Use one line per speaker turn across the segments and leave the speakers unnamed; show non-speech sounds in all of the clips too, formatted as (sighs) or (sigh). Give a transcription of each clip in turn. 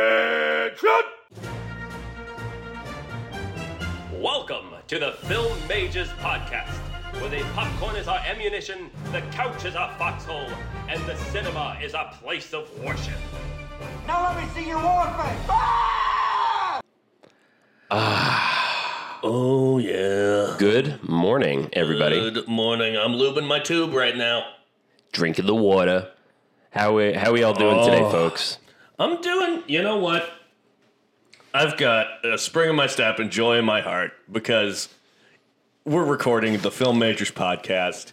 Attention!
Welcome to the Film Mages Podcast, where the popcorn is our ammunition, the couch is our foxhole, and the cinema is our place of worship.
Now let me see your war face.
Oh, yeah.
Good morning, everybody.
Good morning. I'm lubing my tube right now.
Drinking the water. How we how we all doing today,
Oh.
folks?
I'm doing, you know what? I've got a spring in my step and joy in my heart because we're recording the Film Majors podcast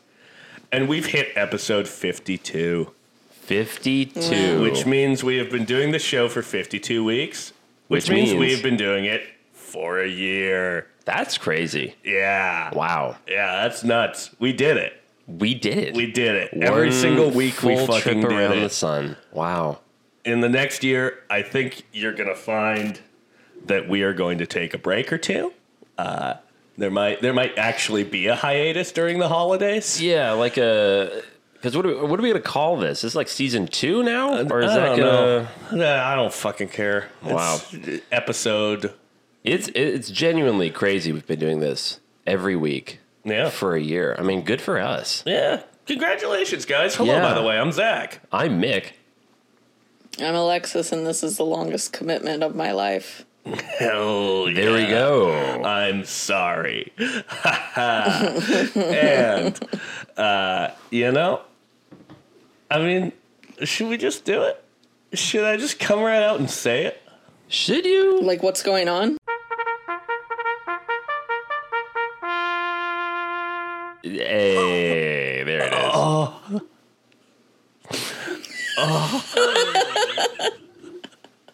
and we've hit episode 52.
Fifty-two.
Which means we have been doing the show for 52 weeks, which,
Which
means,
means-
we've been doing it for a year.
that's crazy.
Yeah.
Wow,
Yeah, that's nuts. We did it.
we did it.
We did it. Every
One
single week we
full
fucking
trip
did
around the
it.
sun. Wow.
In the next year, I think you're going to find that we are going to take a break or two. Uh, there might there might actually be a hiatus during the holidays.
Yeah, like
uh,
a because what are, we- what are we gonna call this? Is this like season two now, or is
Uh, I
that
don't
gonna?
know. Nah, I don't fucking care.
Wow.
It's episode.
It's it's genuinely crazy. We've been doing this every week
Yeah.
for a year. I mean, good for us.
Yeah. Congratulations, guys. Hello,
Yeah.
by the way. I'm Zach.
I'm Mick.
I'm Alexis, and this is the longest commitment of my life.
Hell yeah. Uh,
There we go.
I'm sorry. (laughs) and, uh, you know, I mean, should we just do it? Should I just come right out and say it?
Should you?
Like, what's going on?
Hey, there it is.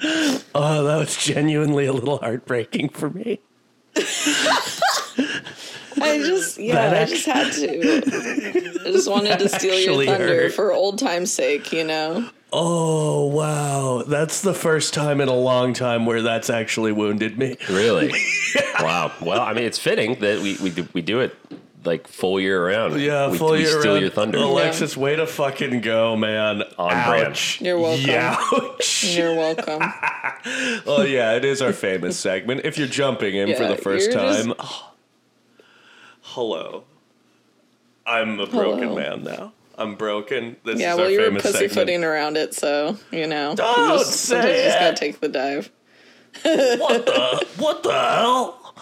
Oh, that was genuinely a little heartbreaking for me.
I just, yeah, I just had to. I just wanted to steal your
actually
thunder
hurt.
for old time's sake, you know?
Oh, wow. That's the first time in a long time where that's actually wounded me. (laughs)
Really? wow. Well, I mean, it's fitting that we we do, we do it like full year around.
Yeah,
we,
full
we
year
steal
round.
your thunder.
Alexis, way to fucking go, man.
On
Ouch.
brand. You're
(laughs)
welcome.
Youch.
You're welcome.
Oh yeah, it is our famous
(laughs)
segment. If you're jumping in for
Yeah,
the 1st
you're just-
time, oh. hello. I'm a broken
Hello.
man now. I'm broken. This
Yeah,
is
well,
our
you were
famous
pussyfooting
segment.
around it, so, you know.
Don't
you just,
say
sometimes you just
it.
gotta take the dive.
What the? What the hell?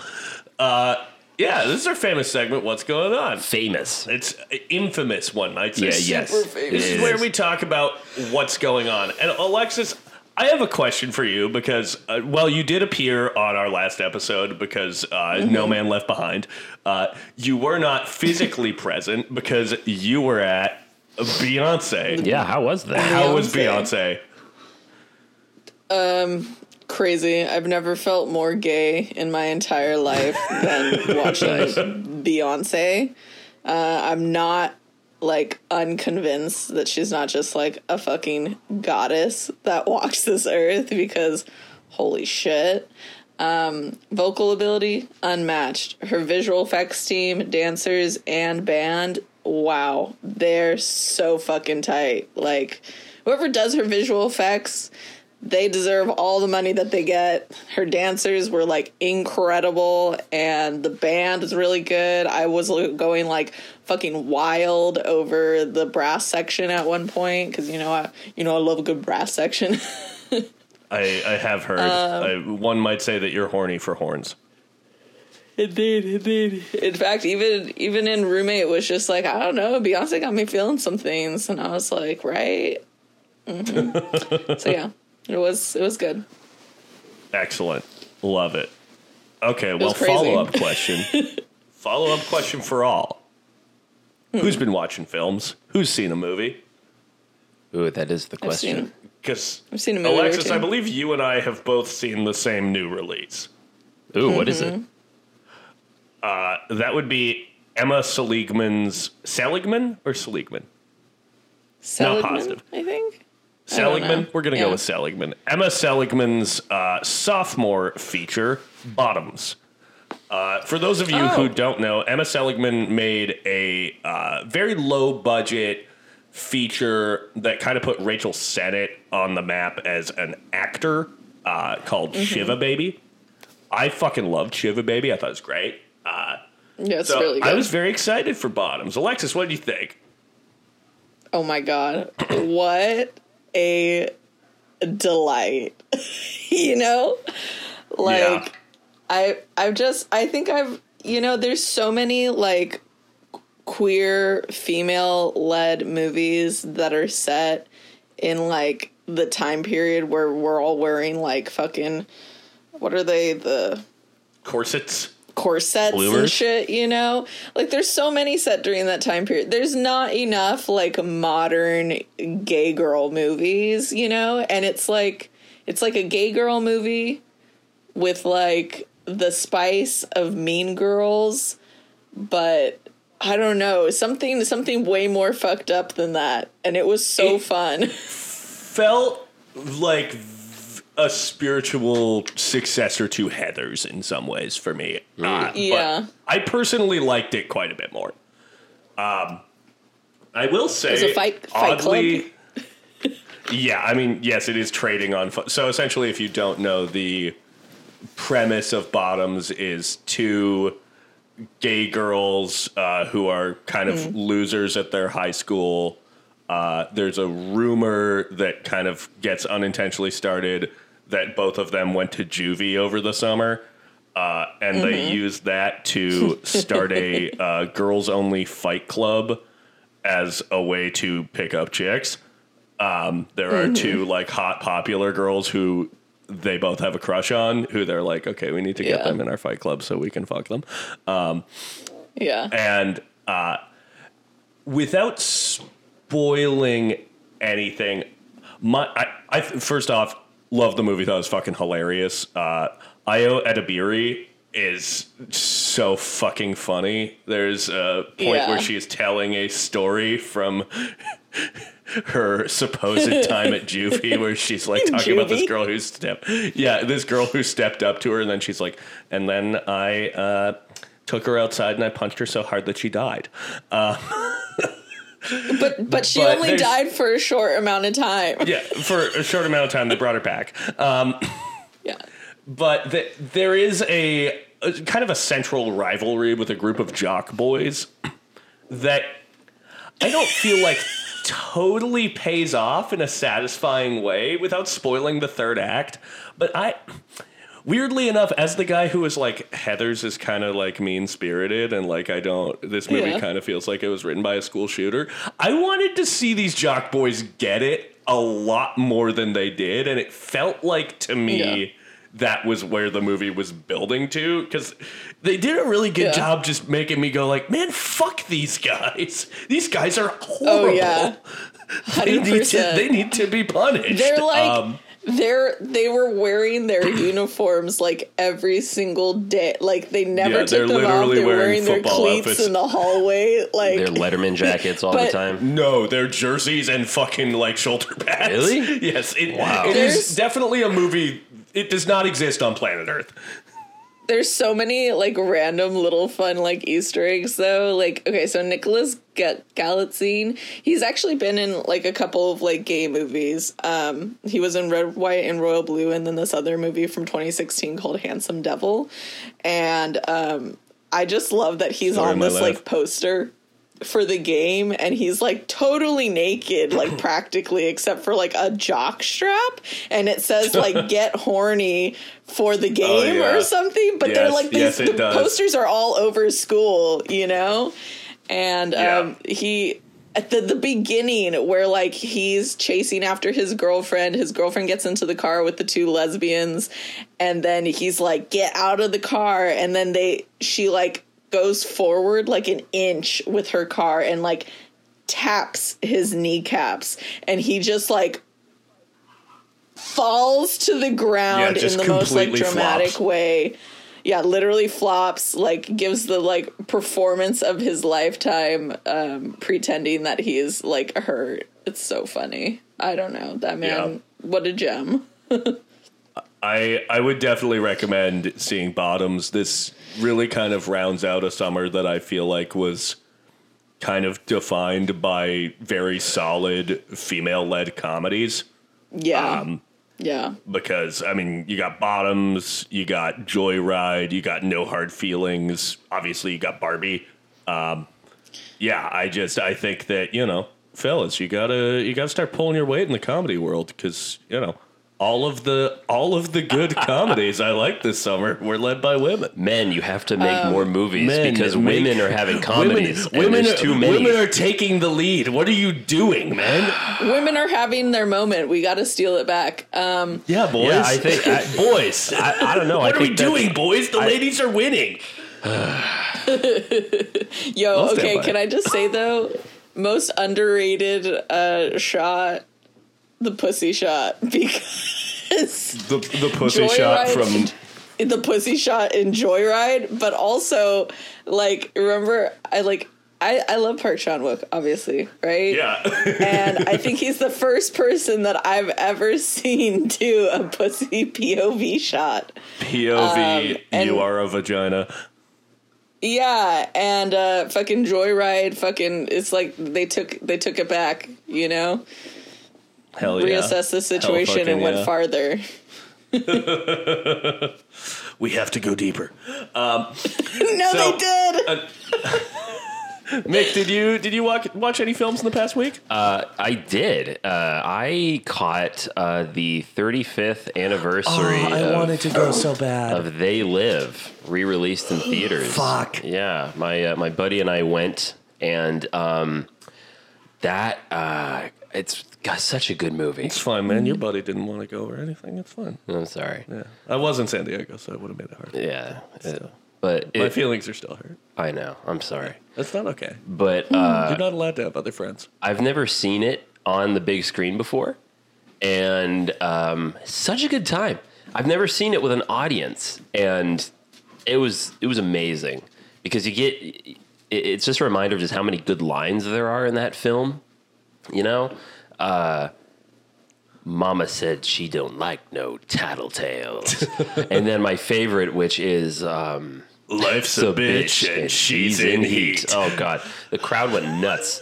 Uh, yeah, this is our famous segment. What's going on?
Famous.
It's an infamous one, might say.
Yeah. Yes.
This
It
is where we talk about what's going on. And Alexis, I have a question for you because, uh, well, you did appear on our last episode because uh, No Man Left Behind. Uh, you were not physically (laughs) present because you were at Beyonce.
Yeah. How was that?
How was Beyonce?
Beyonce. Crazy. I've never felt more gay in my entire life than watching Beyonce. Uh, I'm not like unconvinced that she's not just like a fucking goddess that (laughs) walks this earth because holy shit. Um, vocal ability unmatched. Her visual effects team, dancers, and band wow, they're so fucking tight. Like, whoever does her visual effects, they deserve all the money that they get. Her dancers were like incredible, and the band is really good. I was l- going like fucking wild over the brass section at one point because you know I, you know I love a good brass section. (laughs)
I, I have heard. I, one might say that you're horny for horns.
Indeed, indeed. In fact, even even in roommate was just like, I don't know, Beyonce got me feeling some things, and I was like, right. hmm so yeah, it was it was good.
Excellent. Love it. Okay, well,
crazy.
follow up
(laughs)
question. follow up question for all. Who's been watching films? Who's seen a movie? Mm-hmm.
Ooh, that is the
I've seen
question.
Because
I've seen a movie or
Alexis,
two.
I believe you and I have both seen the same new release.
Ooh, what is
Mm-hmm.
it?
That would be Emma Seligman's Seligman or Seligman?
Seligman,
positive.
I think. don't
Seligman.
know.
We're gonna go
Yeah.
with Seligman. Emma Seligman's uh, sophomore feature, Bottoms. Uh, for those of you who
Oh.
don't know, Emma Seligman made a uh, very low budget feature that kind of put Rachel Sennett on the map as an actor uh, called
Mm-hmm.
Shiva Baby. I fucking loved Shiva Baby. I thought it was great.
Yeah, it's
So
really good.
I was very excited for Bottoms. Alexis, what do you think?
oh my god, what a delight! (laughs) you know, like
Yeah.
I, I've just, I think I've, you know, there's so many like queer female led movies that are set in like the time period where we're all wearing like fucking what are they the
Corsets.
corsets and
Bloomers?
shit, you know? Like there's so many set during that time period. There's not enough like modern gay girl movies, you know? And it's like it's like a gay girl movie with like the spice of mean girls, but I don't know, something something way more fucked up than that. And it was so
It-
fun. (laughs)
felt like v- a spiritual successor to Heather's in some ways for me. Uh, but
Yeah.
I personally liked it quite a bit more. Um, I will say,
was a fight- fight club.
yeah, I mean, yes, it is trading on. Fu- so essentially, if you don't know, the premise of Bottoms is two gay girls uh, who are kind of
Mm.
losers at their high school. Uh, there's a rumor that kind of gets unintentionally started that both of them went to juvie over the summer. Uh, and they used that to start a uh, girls only fight club as a way to pick up chicks. Um, there are two like hot popular girls who they both have a crush on who they're like, okay, we need to get
Yeah.
them in our fight club so we can fuck them.
yeah.
And uh, without spoiling anything, my I, I first off love the movie. Thought it was fucking hilarious. Uh, Io Edibiri is so fucking funny. There's a point
Yeah.
where she is telling a story from. Her
(laughs)
supposed time at juvie, where she's like talking about this
Juvie?
girl who stepped, yeah, this girl who stepped up to her, and then she's like, and then I uh, took her outside and I punched her so hard that she died.
But but she
But
only
there's-
died for a short amount of time. (laughs)
Yeah, for a short amount of time, they brought her back.
Yeah.
but th- there is a, a kind of a central rivalry with a group of jock boys that I don't feel like totally pays off in a satisfying way without spoiling the third act. But I, weirdly enough, as the guy who is like Heather's is kind of like mean spirited and like I don't. This movie
Yeah.
kind of feels like it was written by a school shooter. I wanted to see these jock boys get it a lot more than they did, and it felt like to me.
Yeah.
That was where the movie was building to because they did a really good
Yeah.
job just making me go like, man, fuck these guys. These guys are horrible.
Oh yeah.
They
Hundred
need, to,
percent.
they need to be punished. (laughs)
They're like
Um,
they're they were wearing
(clears throat)
their uniforms like every single day. Like they never
Yeah, they're
took them off.
literally
They're
wearing
wearing, their
football
cleats
outfits.
in
(laughs)
the hallway. Like
They're Letterman jackets all
But-
the time.
no, they're jerseys and fucking like shoulder pads.
Really?
(laughs) Yes. It,
Wow.
It is
There's-
definitely a movie. It does not exist on planet Earth.
there's so many like random little fun like Easter eggs though. Like okay, so Nicholas Ga- Galitzine, he's actually been in like a couple of like gay movies. Um, he was in Red, White, and Royal Blue, and then this other movie from 2016 called Handsome Devil. And um, I just love that he's
Sorry,
on
my
this
laugh.
like poster for the game and he's like totally
(clears throat)
naked like practically except for like a jock strap and it
(laughs)
says like get horny for the game
Oh, yeah.
or something but they're
Yes,
like these
yes, it
the
does.
posters are all over school you know and
Yeah.
um he at the, the beginning where like he's chasing after his girlfriend his girlfriend gets into the car with the two lesbians and then he's like get out of the car and then they she like goes forward like an inch with her car and like taps his kneecaps and he just like falls to the ground
Yeah, just
in the most like
completely
dramatic
flops.
way yeah literally flops like gives the like performance of his lifetime um pretending that he is like hurt it's so funny i don't know that man what a gem
I I would definitely recommend seeing Bottoms. This really kind of rounds out a summer that I feel like was kind of defined by very solid female led comedies
Yeah.
Um,
yeah.
because I mean, you got Bottoms, you got Joyride, you got No Hard Feelings. Obviously, you got Barbie. Um, yeah, I just I think that you know, fellas, you gotta you gotta start pulling your weight in the comedy world because you know all of the all of the
(laughs)
good comedies I like this summer were led by women.
Men, you have to make more movies
Um, men
because
make-
women
(gasps)
are having comedies.
(laughs)
and
women, women,
there's too many.
women are taking the lead. What are you doing, man?
Women are having their moment. We got to steal it back. Um,
Yeah, boys.
Yeah, I (laughs) think-
(laughs)
I-
boys.
I, I don't know.
what
I
are we
think that's-
doing, boys? The ladies are winning.
yo,
stand
okay,
by
can
it.
I just say though, most underrated uh, shot, the pussy shot, (laughs) because
the, the pussy
Joyride-
shot from
the pussy shot in Joyride, but also like remember I like I I love Park Chan Wook, obviously,
(laughs)
right?
yeah
and I think he's the first person that I've ever (laughs) seen do a pussy POV shot.
POV.
Um, and-
you are a vagina.
Yeah, and uh, fucking Joyride, fucking it's like they took they took it back, you know,
Hell yeah.
reassessed the
Hell
situation
fucking
and went
yeah.
farther.
We have to go deeper.
no,
So-
they did.
Uh, (laughs) Mick, did you did you watch watch any films in the past week?
Uh, I did. Uh, I caught uh, the 35th anniversary
Oh,
of,
to go so bad.
of They Live,
(gasps)
re-released in theaters.
Fuck.
Yeah, my uh, my buddy and I went, and um, that uh, it's got such a good movie.
It's fine, man. Your buddy didn't want to go or anything. It's fine.
I'm sorry.
Yeah. I was in San Diego, so it would have made it hard.
Yeah, it- but
My
it,
feelings are still hurt.
I know. I'm sorry,
That's not okay.
but uh,
You're not allowed to have other friends.
I've never seen it on the big screen before, and um, such a good time. I've never seen it with an audience, and it was it was amazing because you get it- it's just a reminder of just how many good lines there are in that film. You know, uh, Mama said she don't like no tattletales, (laughs) and then my favorite, which is. Um,
Life's
the bitch and she's in heat. Oh god, the crowd went (laughs) nuts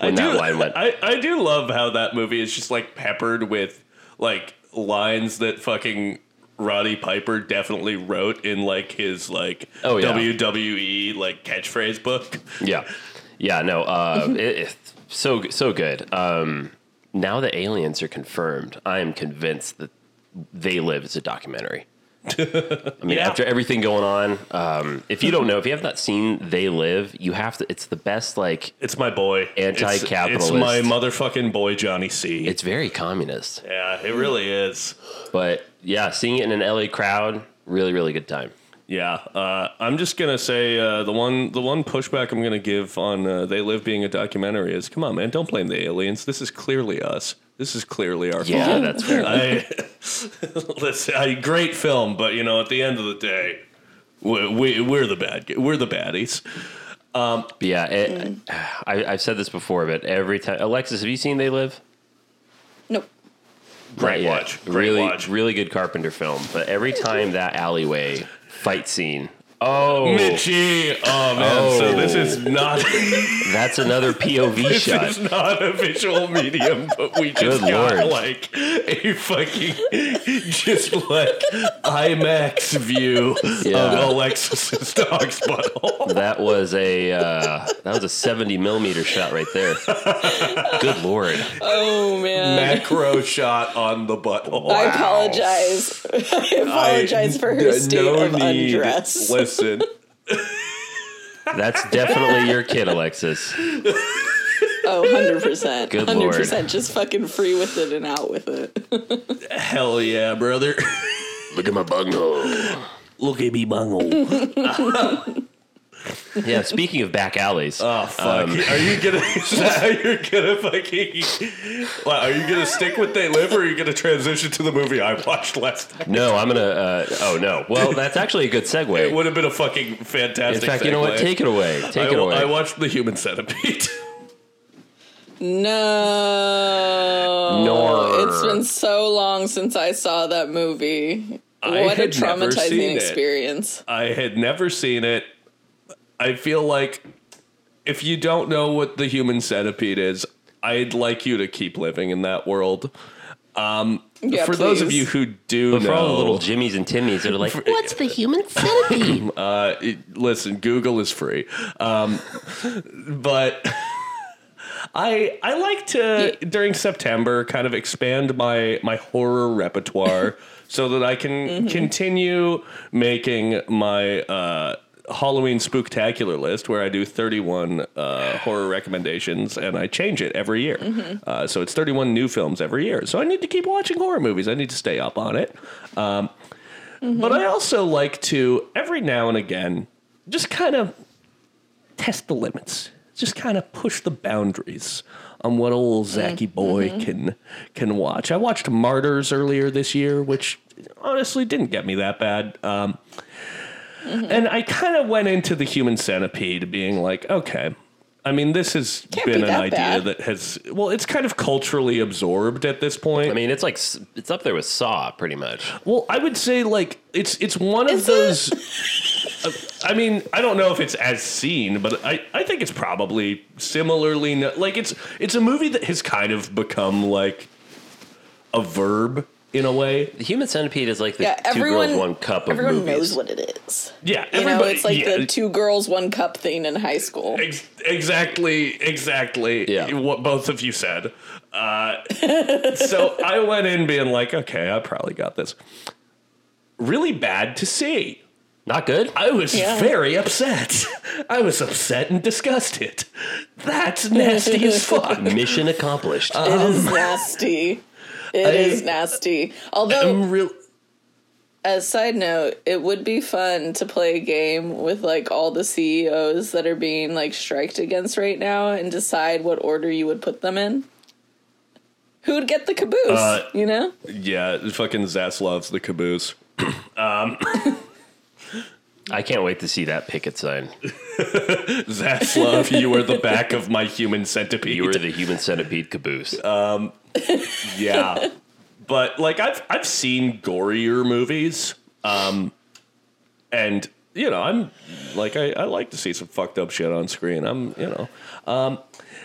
when that
do-
line went.
I, I do love how that movie is just like peppered with like lines that fucking Roddy Piper definitely wrote in like his like
Oh, yeah.
WWE like catchphrase book.
yeah, yeah, no, uh, it, it's so so good. Um, now the aliens are confirmed. I am convinced that they live is a documentary. I mean,
Yeah.
after everything going on, um, if you don't know, if you have not seen They Live, you have to. It's the best. Like,
It's my boy. It's- It's,
Anti-capitalist.
my motherfucking boy Johnny C.
it's very communist,
yeah, it really is.
but yeah, seeing it in an LA crowd, really, really good time.
Yeah, uh, I'm just gonna say uh, the one the one pushback I'm gonna give on uh, They Live being a documentary is, come on, man, don't blame the aliens. This is clearly us. This is clearly our fault.
Yeah, that's fair.
I, (laughs) let's, I great film, but you know, at the end of the day, we, we we're the bad gu- we're the baddies.
But yeah, it, I, I've said this before, but every time Alexis, have you seen They Live?
Nope.
Great
Not yet.
watch, great
really,
watch.
really good Carpenter film. But every time that alleyway fight scene, oh,
Mitchie, oh man, so
Oh.
this is
(laughs)
not
that's another
(laughs)
POV
this
shot.
is not a visual medium, but we just
Good
got
lord.
like a fucking (laughs) just like IMAX view
Yeah.
of Alexis's dog's
(laughs)
butthole. (laughs)
That was a uh, that was a seventy millimeter shot right there. Good lord,
Oh man.
Macro shot on the butthole.
I apologize. (laughs) I apologize for her
I-
state
no
of
need.
undress.
Listen,
that's definitely your kid, Alexis.
Oh, 100%.
Good
100%
lord.
just fucking free with it and out with it.
hell yeah,
(laughs)
brother.
Look at my bunghole.
Look at me, (laughs) bunghole.
Yeah, speaking of back alleys,
Oh
Um,
fuck! are you gonna? (laughs) Are you gonna fucking? Well, are you gonna stick with they live, or are you gonna transition to the movie I watched last night?
no, I'm gonna. Uh, oh no, well, that's actually a good segue.
It would have been a fucking
In
fantastic.
fact, you know what?
segue.
Take it away. Take
I,
it away.
I watched the Human Centipede. (laughs)
No.
Nor.
It's been so long since I saw that movie.
I
what a
had never seen
traumatizing
it.
experience.
I had never seen it. I feel like if you don't know what the human centipede is, I'd like you to keep living in that world. Um,
Yeah,
for those of
please.
you who do
But
know,
for all the little Jimmies and Timmies that are like, what's the human centipede?
Uh, it- listen, Google is free, um, but (laughs) I I like to during September kind of expand my my horror repertoire so that I can continue making my uh, Halloween spooktacular list where I do thirty one uh, horror recommendations and I change it every year. Uh, so it's thirty one new films every year. So I need to keep watching horror movies. I need to stay up on it.
Mm-hmm.
But I also like to, every now and again, just kind of test the limits, just kind of push the boundaries on what old
Mm-hmm.
Zachy boy can can watch. I watched Martyrs earlier this year, which honestly didn't get me that bad. Um,
Mm-hmm.
And I kind of went into the Human Centipede being like, okay. I mean, this has
Can't
been
be
an
that
idea
bad.
that has, well, it's kind of culturally absorbed at this point.
I mean, it's like, s- it's up there with Saw, pretty much.
Well, I would say like it's it's one of
Is
those. uh, I mean, I don't know if it's as seen, but I, I think it's probably similarly no, like it's it's a movie that has kind of become like a verb in a way.
The human centipede is like the
Yeah,
two
everyone.
girls, one cup of
everyone
movies.
knows what it is.
Yeah,
You know,
everybody-
it's like
yeah,
the two girls, one cup thing in high school.
ex- exactly exactly
Yeah.
what both of you said. Uh, so I went in being like, okay, I probably got this. Really bad to see.
Not good?
I was
Yeah.
very upset. (laughs) I was upset and disgusted. That's nasty as fuck.
Mission accomplished.
It is (laughs) nasty. It is
I-
nasty. Although,
I'm real.
as side note, it would be fun to play a game with like all the CEOs that are being like striked against right now and decide what order you would put them in. Who would get the caboose?
Uh,
you know?
Yeah, fucking Zas loves the caboose.
(laughs) I can't wait to see that picket sign.
Zaslav, you are the back of my human centipede.
You were the human centipede caboose.
Uh,
yeah. (laughs) But like I've I've seen gorier movies. Um and you know, I'm like I, I like to see some fucked up shit on screen. I'm you know. Um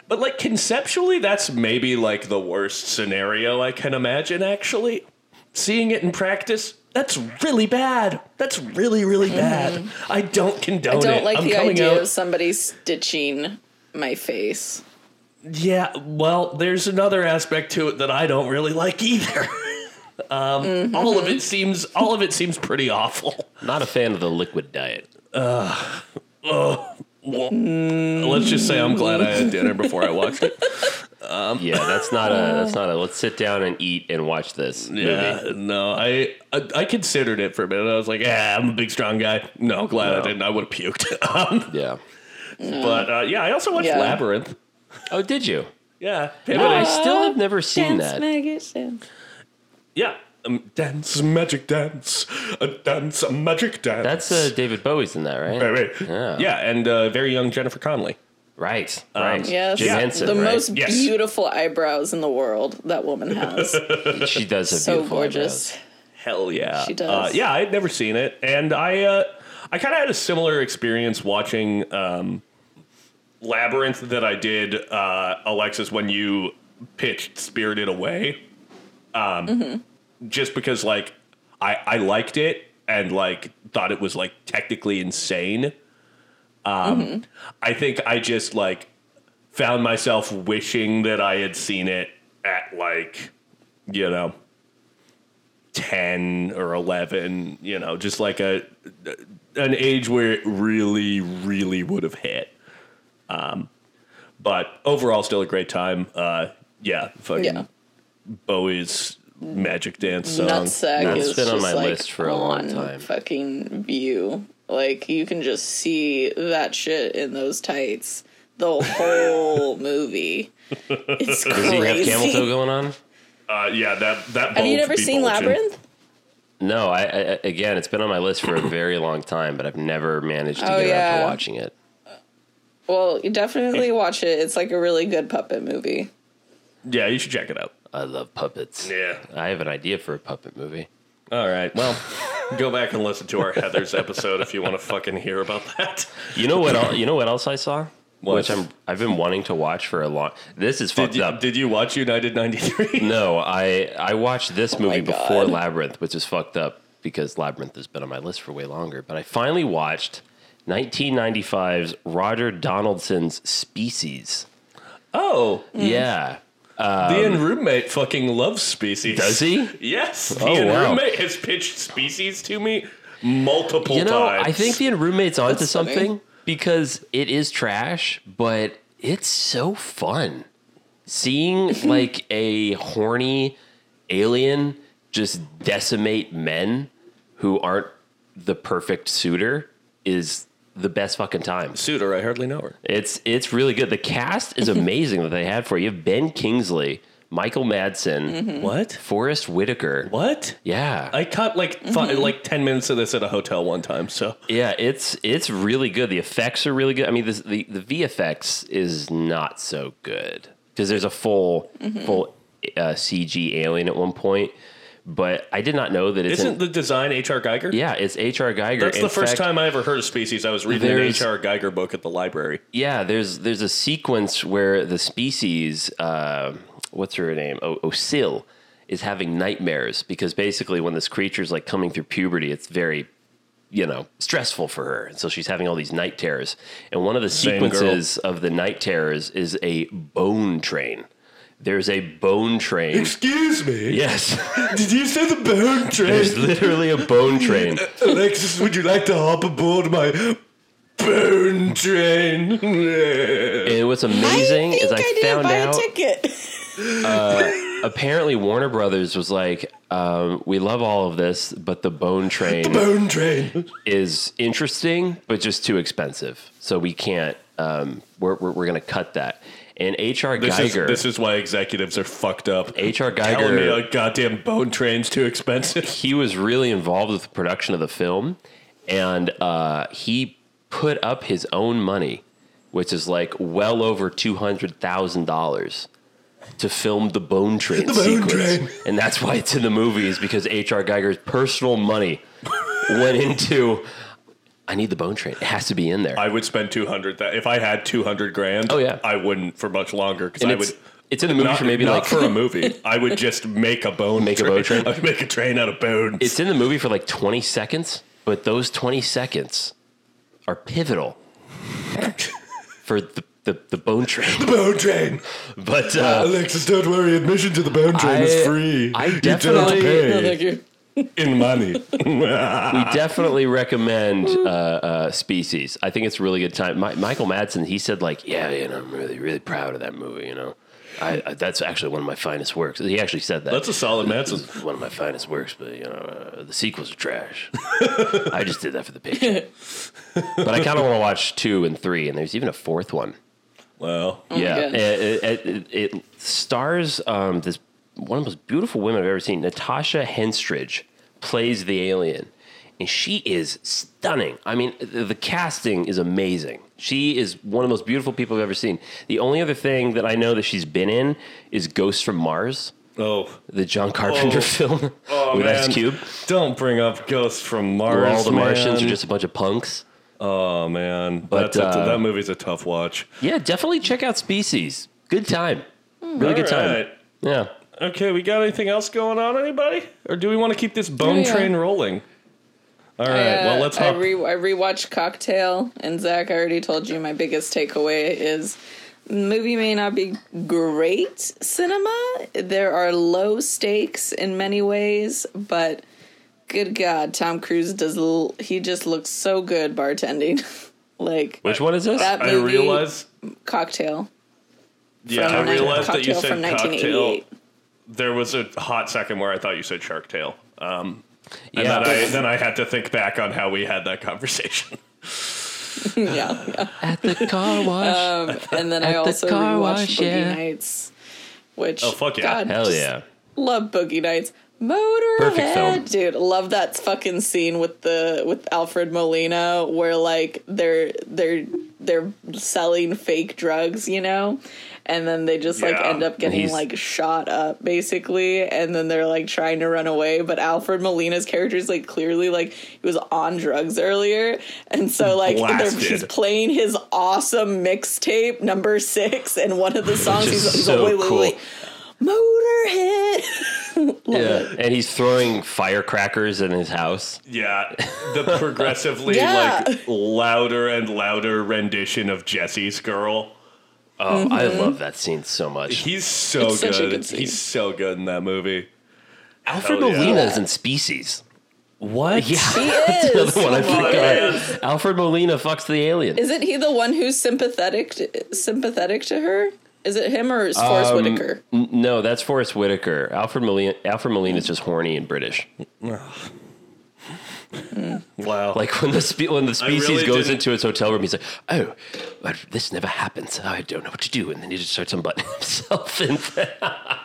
but like conceptually that's maybe like the worst scenario I can imagine actually. Seeing it in practice, that's really bad. That's really, really bad. I don't condone
Mm-hmm. I don't
it.
like
I'm
the
coming
idea
out-
of somebody stitching my face.
Yeah, well, there's another aspect to it that I don't really like either. (laughs) um, All of it seems all of it seems pretty awful.
Not a fan of the liquid diet.
Let's just say I'm glad I had dinner before I watched it.
um,
Yeah, that's not
(laughs)
a that's not a let's sit down and eat and watch this
Yeah,
movie.
no, I, I I considered it for a minute. I was like, yeah, I'm a big strong guy. No, glad I
No.
didn't. I would have puked. (laughs) um,
Yeah.
but uh, yeah, I also watched
Yeah.
Labyrinth.
Oh, did you?
Yeah,
But I
Pivot.
still have never seen that.
yeah. Um, dance, magic dance, a dance, a magic dance.
That's uh, David Bowie's in that, right?
Right, right.
Yeah.
yeah, and uh, very young Jennifer Connelly.
Right. Right.
Um, Yes,
Jim Henson,
the
right?
most
Yes.
beautiful eyebrows in the world
(laughs)
that woman has.
she does have
(laughs) so
beautiful
gorgeous.
eyebrows.
Hell yeah.
She
Uh,
does.
yeah, I had never seen it, and I uh, I kind of had a similar experience watching um, Labyrinth that I did, uh, Alexis, when you pitched Spirited Away. Um, Just because, like, I I liked it and like thought it was like technically insane. Um,
Mm-hmm.
I think I just like found myself wishing that I had seen it at like you know 10 or 11 you know just like a an age where it really really would have hit um but overall still a great time uh yeah fucking
Yeah.
bowie's magic dance song
Nutsack
That's
is
been on
just
my
like
list for a long
on
time.
Fucking view, like you can just see that shit in those tights
(laughs)
the whole movie. It's
Does he have
crazy.
camel toe going on?
uh yeah that that
have you
bulge
never
be
seen
bulging.
Labyrinth?
No, I, I again, it's been on my list
(coughs)
for a very long time, but I've never managed to
Oh,
get around to
yeah.
watching it.
Well, you definitely watch it. It's like a really good puppet movie.
yeah you should check it out
I love puppets.
yeah
I have an idea for a puppet movie.
all right well go back and listen to our heather's episode if you want to fucking hear about that
You know what? Al- you know what else I saw?
What?
which I'm I've been wanting to watch for a long. This is fucked
Did you,
up.
did you watch United 93?
no, I I watched this movie
Oh God.
before Labyrinth, which is fucked up because Labyrinth has been on my list for way longer. But I finally watched 1995's Roger Donaldson's Species.
Oh,
Mm.
Yeah,
the in roommate fucking loves species.
does he?
Yes. The
Oh,
in
wow.
roommate has pitched species to me multiple
You know,
times.
I think the roommate's onto
That's funny.
something because it is trash, but it's so fun
(laughs)
seeing like a horny alien just decimate men who aren't the perfect suitor is the best fucking time.
Suitor, I hardly know her.
It's it's really good. The cast
(laughs)
is amazing that they had for you. You have Ben Kingsley, Michael Madsen,
Mm-hmm.
What?
Forrest Whitaker.
What?
Mm. Yeah. Mm-hmm.
I caught like fi- like ten minutes of this at a hotel one time. So
Yeah, it's it's really good. The effects are really good. I mean, this, the the VFX is not so good because there's a full full uh, CG alien at one point. But I did not know that it's
isn't
an-
the design H.R. Geiger?
yeah, it's H.R. Geiger.
That's
In
the first
fact,
time I ever heard of species. I was reading an
there's-
H.R. Geiger book at the library.
Yeah, there's there's a sequence where the species, uh, what's her name, o- Osil, is having nightmares because basically when this creature's like coming through puberty, it's very, you know, stressful for her, and so she's having all these night terrors. And one of the
Same girl.
sequences of the night terrors is a bone train. There's a
(laughs)
bone train.
Excuse me.
yes,
Did you say the bone (laughs)
there's
train?
literally a
(laughs)
bone train.
Alexis, would you like to hop aboard my bone train?
And what's amazing is I, found out.
a ticket.
apparently Warner Brothers was like, um, we love all of this, but the Bone Train
bone train.
is interesting, but just too expensive. So we can't. Um, we're we're, we're going to cut that. And H.R.
This is,
Geiger,
this is why executives are fucked up.
H.R.
Telling me
Geiger,
a goddamn bone train's too expensive. (laughs)
he was really involved with the production of the film, and uh, he put up his own money, which is like well over two hundred thousand dollars. To film the Bone Train
Bone
sequence,
Train.
and that's why it's in the movie is because H.R. Geiger's personal money went into. I need the Bone Train. It has to be in there.
I would spend two hundred. If I had two hundred grand,
Oh, yeah.
I wouldn't for much longer because
and
I
it's,
would.
it's in the movie
Not,
for maybe
not
like (laughs)
for a movie. I would just make a bone.
Make a bone train?
(laughs) I'd make a train out of bones.
it's in the movie for like twenty seconds, but those twenty seconds are pivotal (laughs) for the the, the Bone Train.
bone train.
(laughs) But uh,
Alexis, don't worry. Admission to the bone train
I- I
You don't
definitely-
pay
No, thank you.
in
(laughs)
money.
we definitely recommend uh, uh, Species. I think it's a really good time. Mi- Michael Madsen, he said like, yeah, you know, I'm really, really proud of that movie. You know, I, I that's actually one of my finest works. He actually said that.
That's a solid
This
Manson.
is one of my finest works, but you know, uh, the sequels
(laughs)
are trash. I just did that for the picture. but I kind of want to watch two and three, and there's even a fourth one.
Wow.
yeah,
God.
it, it, it, it stars um, this one of the most beautiful women I've ever seen. Natasha Henstridge plays the alien, and she is stunning. I mean, the, the casting is amazing. She is one of the most beautiful people I've ever seen. The only other thing that I know that she's been in is Ghosts from Mars,
Oh.
the John Carpenter
Oh.
film (laughs)
Oh,
with
man.
Ice Cube.
Don't bring up ghosts from Mars.
Where all the Martians
man.
are just a bunch of punks.
Oh man,
But,
That's a-
uh,
that movie's a tough watch.
Yeah, definitely check out Species. Good time. Really good
Hmm. All
time.
right.
Yeah.
Okay, we got anything else going on, anybody? Or do we want to keep this bone
Oh, yeah.
train rolling? All right.
I, uh,
well, let's
I,
hop.
re- I rewatched Cocktail, and Zach, I already told you my biggest takeaway is movie may not be great cinema. There are low stakes in many ways, but good God, Tom Cruise does. L- he just looks so good bartending, (laughs) like
Which one is this?
That-
I
movie
realize.
Cocktail.
Yeah,
from
I
nin-
realized that you
Cocktail
said
from
cocktail.
1988.
There was a hot second where I thought you said Shark Tale. Um, and then
Yeah.
(laughs)
I then I had to think back on how we had that conversation.
yeah.
At the car (laughs) wash.
Um, and then
At
I
the
also
car
rewatched
wash,
Boogie
yeah.
Nights, which
Oh, fuck yeah.
God,
Hell
just
yeah.
love Boogie Nights. Motorhead,
Perfect film.
dude, love that fucking scene with the with Alfred Molina where like they're they're they're selling fake drugs, you know, and then they just like
Yeah.
end up getting
He's-
like shot up basically, and then they're like trying to run away. But Alfred Molina's character is like clearly like he was on drugs earlier, and so like they're,
Blasted.
he's playing his awesome mixtape number six, and one of the songs
Which is
he's, he's
so
like, wait,
cool.
wait, wait, Motorhead. (laughs) Love it.
Yeah. And he's throwing firecrackers in his house.
Yeah, the progressively
(laughs) Yeah.
like louder and louder rendition of Jesse's girl.
Oh, I love that scene so much.
He's so
It's
good.
such a good scene.
He's so good in that movie.
Alfred
Hell yeah.
Molina is in Species. What? Yeah. (laughs)
He
That's
is.
the one I
on,
forgot. Alfred Molina fucks the alien.
Isn't he the one who's sympathetic to, sympathetic to her? Is it him or is Forrest
Um,
Whitaker?
N- No, that's Forrest Whitaker. Alfred Molina. Alfred Molina is just horny and British.
Wow.
Like when the spe- when the species
really
goes
didn't-
into its hotel room, he's like, "Oh, but this never happens. I don't know what to do." And then he just starts unbuttoning (laughs) himself. And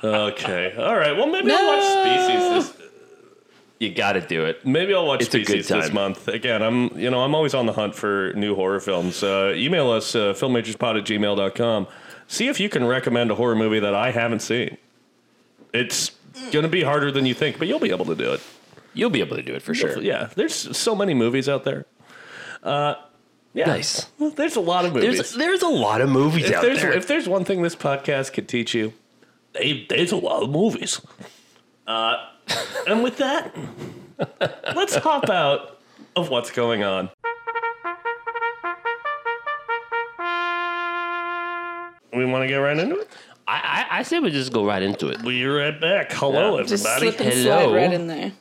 okay. All right. Well, maybe I'll
No.
watch Species this.
you got to do it.
Maybe I'll watch
It's a good
Species this
time.
month. Again, I'm you know I'm always on the hunt for new horror films. Uh, email us uh, filmmakerspod at gmail.com. See if you can recommend a horror movie that I haven't seen. It's gonna be harder than you think, but you'll be able to do it.
You'll be able to do it for sure.
Yeah, there's so many movies out there. Uh, yeah.
Nice.
Well, There's a lot of movies.
There's there's a lot of movies
if
out
there's
there.
if there's one thing this podcast could teach you, they, there's a lot of movies. Uh, and with that, (laughs) let's hop out of what's going on. We want to get right into it.
I, I I say we just go right into it.
We'll be right back. Hello,
Yeah.
Just
everybody.
slip and
hello.
slide right in there.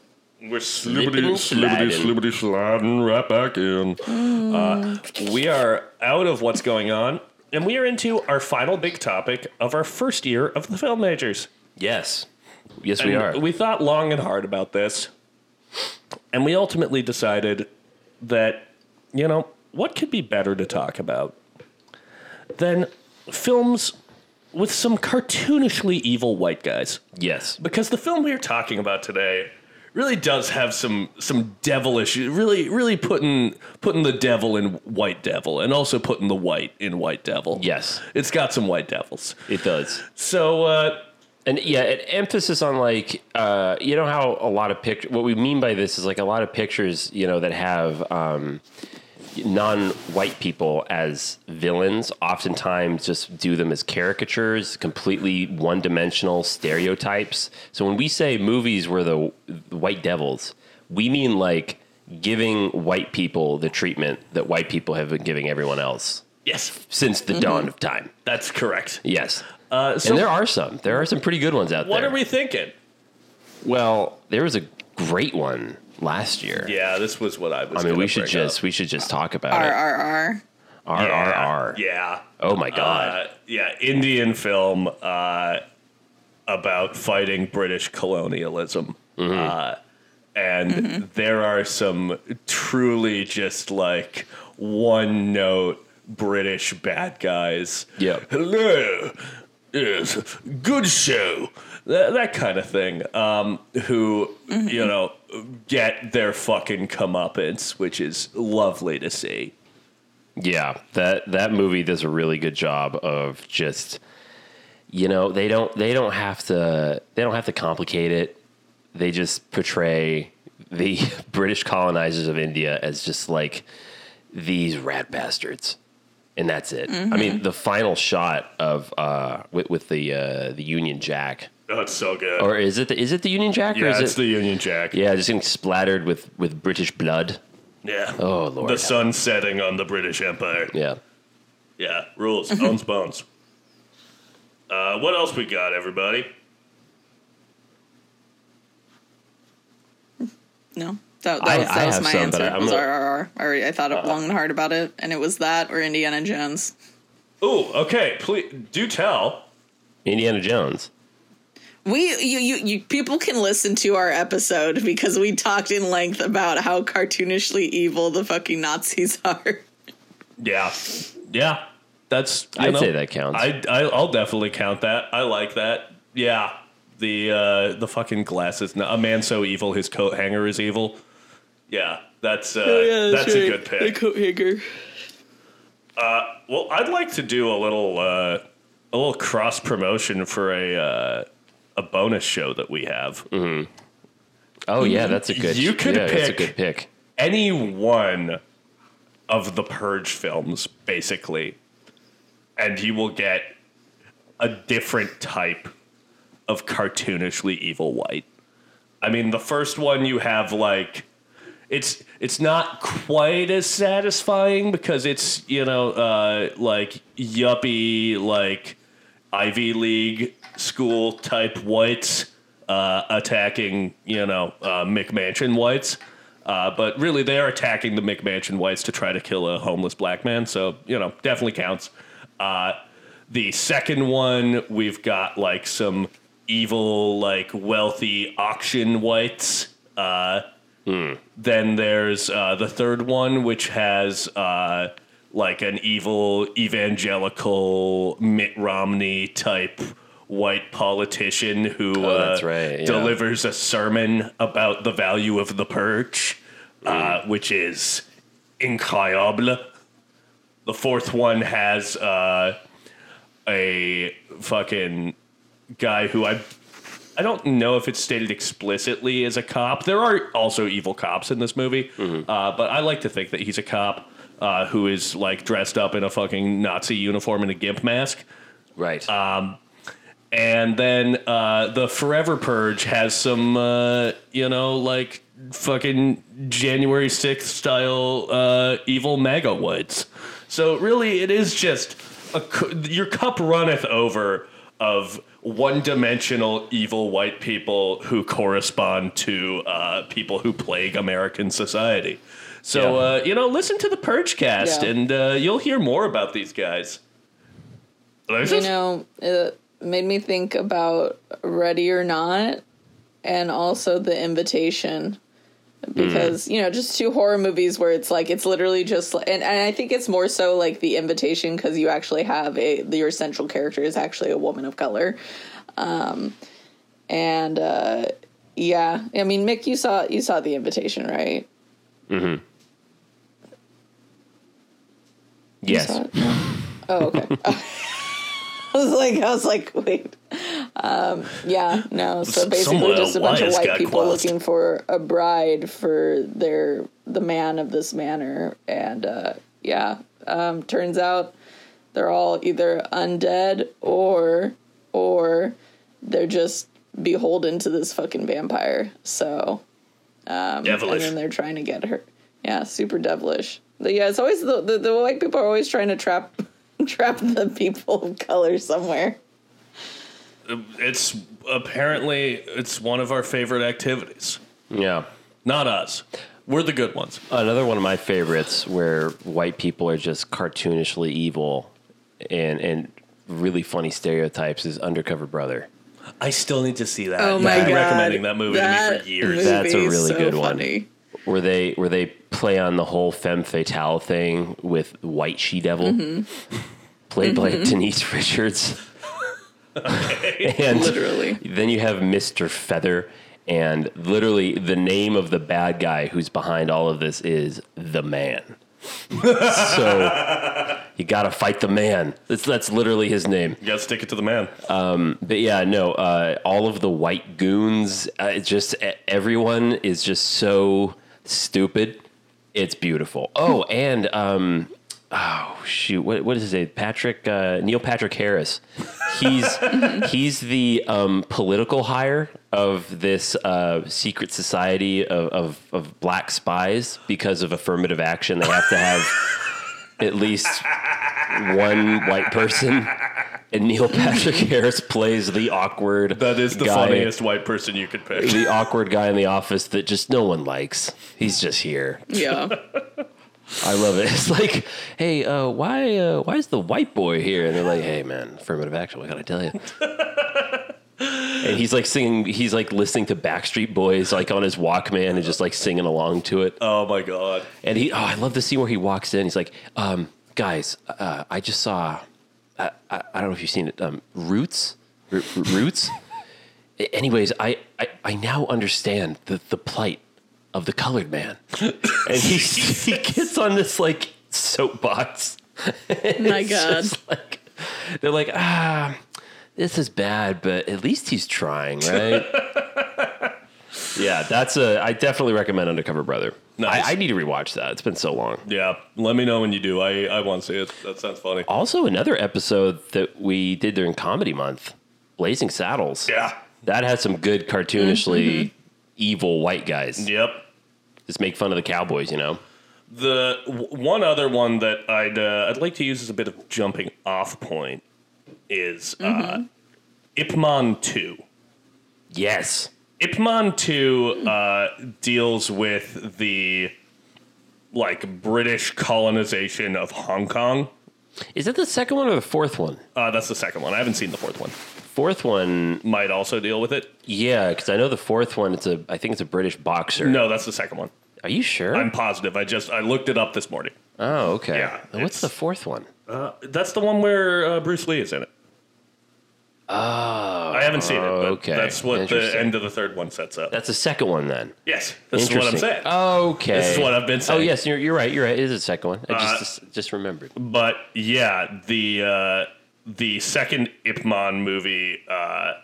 We're slippity,
and
slippity,
sliding.
slippity, sliding right back in. Uh, we are out of what's going on, and we are into our final big topic of our first year of the film majors.
Yes, yes we
And
are.
We thought long and hard about this, and we ultimately decided that, you know, what could be better to talk about than films with some cartoonishly evil white guys?
yes,
because the film we are talking about today really does have some some devilish really really putting putting the devil in white devil and also putting the white in white devil
yes,
it's got some white devils
it does.
so uh
and yeah, an emphasis on like uh, you know how a lot of pictures. What we mean by this is like a lot of pictures, you know, that have um, non-white people as villains. Oftentimes, just do them as caricatures, completely one-dimensional stereotypes. So when we say movies were the, the white devils, we mean like giving white people the treatment that white people have been giving everyone else
yes
since the dawn of time.
that's correct
Yes.
Mm-hmm. uh so
and there are some. There are some pretty good ones out
what
there.
are we thinking
Well, there was a great one last year.
yeah this was what i was
I mean,
gonna
we should
bring
just
up.
we should just talk about it.
RRR.
R R R.
yeah
Oh my god.
uh, yeah indian film uh about fighting british colonialism
Mm-hmm.
uh and there are some truly just like one note British bad guys.
Yep.
Hello. Yes. Good show. That, that kind of thing. Um, who, you know, get their fucking comeuppance, which is lovely to see.
yeah, that that movie does a really good job of just you know, they don't they don't have to they don't have to complicate it. They just portray the (laughs) British colonizers of India as just like these rat bastards. And that's it. I mean, the final shot of uh with, with the uh the Union Jack
Oh, it's so good.
or is it the, is it the Union Jack? or
yeah,
is
it's
it,
the Union Jack.
yeah, just getting splattered with with British blood.
Yeah.
Oh lord,
the sun setting on the British Empire.
yeah.
Yeah, rules, (laughs) owns bones. Uh, what else we got, everybody?
No. That, that
I-
was, that
I
was
have
my
some, but
answer.
I-
It
I'm
was
not-
RRR. I, already, I thought long and hard about it, and it was that or Indiana Jones.
Ooh, okay. Please do tell.
Indiana Jones.
We you, you you people can listen to our episode because we talked in length about how cartoonishly evil the fucking Nazis are.
Yeah, yeah. That's. you
I'd
know,
say that counts.
I, I I'll definitely count that. I like that. Yeah. The uh, the fucking glasses. No, a man so evil, his coat hanger is evil. Yeah, that's uh, that's a good pick.
coat hanger.
Well, I'd like to do a little uh, a little cross promotion for a uh, a bonus show that we have.
Oh yeah, that's a good.
You could
yeah, That's a
pick-
good pick.
Any one of the Purge films, basically, and you will get a different type of cartoonishly evil white. I mean, the first one you have like it's it's not quite as satisfying because it's you know uh, like yuppie like Ivy League school type whites uh, attacking you know uh, McMansion whites. Uh, but really, they are attacking the McMansion whites to try to kill a homeless black man. So you know, definitely counts. Uh, the second one, we've got like some evil, like wealthy auction whites. Uh,
Hmm.
then there's uh, the third one, which has uh, like an evil evangelical Mitt Romney type white politician who
Oh, that's
uh,
right, yeah.
delivers a sermon about the value of the purge, uh,
Hmm.
which is incroyable. The fourth one has uh, a fucking guy who I I don't know if it's stated explicitly as a cop. There are also evil cops in this movie, uh, but I like to think that he's a cop uh, who is like dressed up in a fucking Nazi uniform and a gimp mask.
Right.
Uh, And then uh, the Forever Purge has some, uh, you know, like fucking January 6th style uh, evil mega woods. So really, it is just a, cu- your cup runneth over of one dimensional evil white people who correspond to uh, people who plague American society. So,
Yeah.
uh, you know, listen to the Purge cast
Yeah.
and uh, you'll hear more about these guys.
you know, it made me think about Ready or Not and also The Invitation. Because, you know, just two horror movies where it's like, it's literally just, and, and I think it's more so like The Invitation because you actually have a, your central character is actually a woman of color. Um, and, uh, yeah, I mean, Mick, you saw you saw the invitation, right?
yes.
saw it?
(laughs)
Oh, okay. (laughs) I was like, I was like, wait. Um, yeah, no. So
S-
basically,
somewhere
just a bunch of
wires
white
got
people
crossed.
looking for a bride for their the man of this manor, and uh, yeah, um, turns out they're all either undead or or they're just beholden to this fucking vampire. So
Devilish.
and then they're trying to get her. Yeah, super devilish. But yeah, it's always the, the the white people are always trying to trap (laughs) trap the people of color somewhere.
it's apparently it's one of our favorite activities.
Yeah.
Not us. We're the good ones.
Another one of my favorites where white people are just cartoonishly evil and and really funny stereotypes is Undercover Brother.
I still need to see that.
Oh my
You've been
god!
recommending that movie to me
That
for years.
movie
That's a
is
really
so
good one.
funny.
Where they where they play on the whole femme fatale thing with White She Devil. Played by Denise Richards. (laughs) and
Literally.
Then you have Mr. Feather, and literally the name of the bad guy who's behind all of this is the man. so you gotta fight the man. That's that's literally his name.
You gotta stick it to the man.
But yeah, no, uh, all of the white goons, uh, it's just e- everyone is just so stupid. It's beautiful. Oh, and um, oh shoot, what what is his name? Patrick uh, Neil Patrick Harris. He's he's the um, political hire of this uh, secret society of, of of black spies because of affirmative action. They have to have at least one white person and Neil Patrick Harris plays the awkward.
That is the
guy-
funniest white person you could pick. (laughs)
The awkward guy in the office that just no one likes. He's just here.
(laughs)
Yeah,
I love it. (laughs) It's like, hey, uh, why, uh, why is the white boy here? And they're like, hey, man, affirmative action. What can I tell you? and he's like singing. He's like listening to Backstreet Boys like on his Walkman and just like singing along to it.
oh my god.
And he, oh, I love the scene where he walks in. He's like, um, guys, uh, I just saw, I, I, I don't know if you've seen it, um, Roots? R- R- Roots? A- Anyways, I, I, I now understand the, the plight of the colored man. And (laughs) he, he gets on this like soapbox.
my god.
Uh. It's like, They're like, ah, this is bad, but at least he's trying, right? (laughs) yeah, that's a. I definitely recommend Undercover Brother.
Nice.
I, I need to rewatch that. It's been so long.
Yeah, let me know when you do. I, I want to see it. That sounds funny.
Also, another episode that we did during Comedy Month, Blazing Saddles.
Yeah.
That has some good cartoonishly evil white guys.
Yep.
Just make fun of the cowboys, you know?
The w- one other one that I'd uh, I'd like to use as a bit of jumping off point is
Mm-hmm.
uh, Ip Man Two.
Yes.
Ip Man 2 uh, deals with the like British colonization of Hong Kong.
Is that the second one or the fourth one?
Uh, that's the second one. I haven't seen the fourth one.
Fourth one,
Might also deal with it.
yeah, because I know the fourth one. It's a, I think it's a British boxer.
No, that's the second one.
Are you sure?
I'm positive. I just I looked it up this morning.
oh, okay.
Yeah,
Then What's
it's-
the fourth one?
Uh, that's the one where uh, Bruce Lee is in it. Oh, I haven't seen it. But
okay.
that's what the
Interesting.
end of the third one sets up.
That's the second one then.
yes, this is what I'm saying.
Interesting. Okay.
This is what I've been saying. Uh,
Oh, yes, you're, you're right. You're right. It is the second one. I just, just, just remembered.
But yeah, the uh, the second Ip Man movie uh,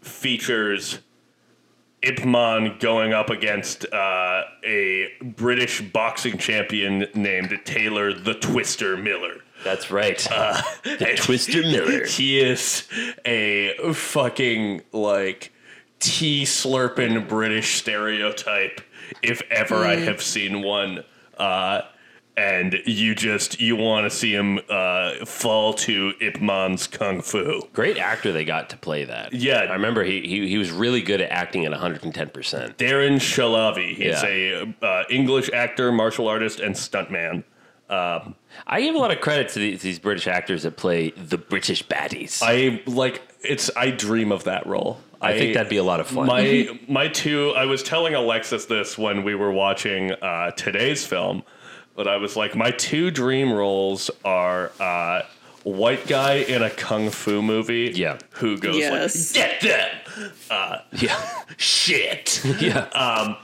features Ip Man going up against uh, a British boxing champion named Taylor the Twister Miller.
That's right.
uh, The (laughs)
Twister Miller.
He is a fucking like tea slurping British stereotype, if ever I have seen one. Uh, and you just you want to see him uh, fall to Ip Man's kung fu.
Great actor they got to play that.
Yeah.
I remember he he, he was really good at acting at 110%.
Darren Shalavi. He's
Yeah.
a uh, English actor, martial artist, and stuntman.
I give a lot of credit to, the, to these British actors that play the British baddies. I,
I like it's. I dream of that role. I,
think that'd be a lot of fun.
my my two i was telling alexis this when we were watching uh, today's film but i was like my two dream roles are uh, white guy in a kung fu movie
Yeah.
who goes
Yes.
like get them
(laughs)
(laughs)
yeah.
shit
yeah.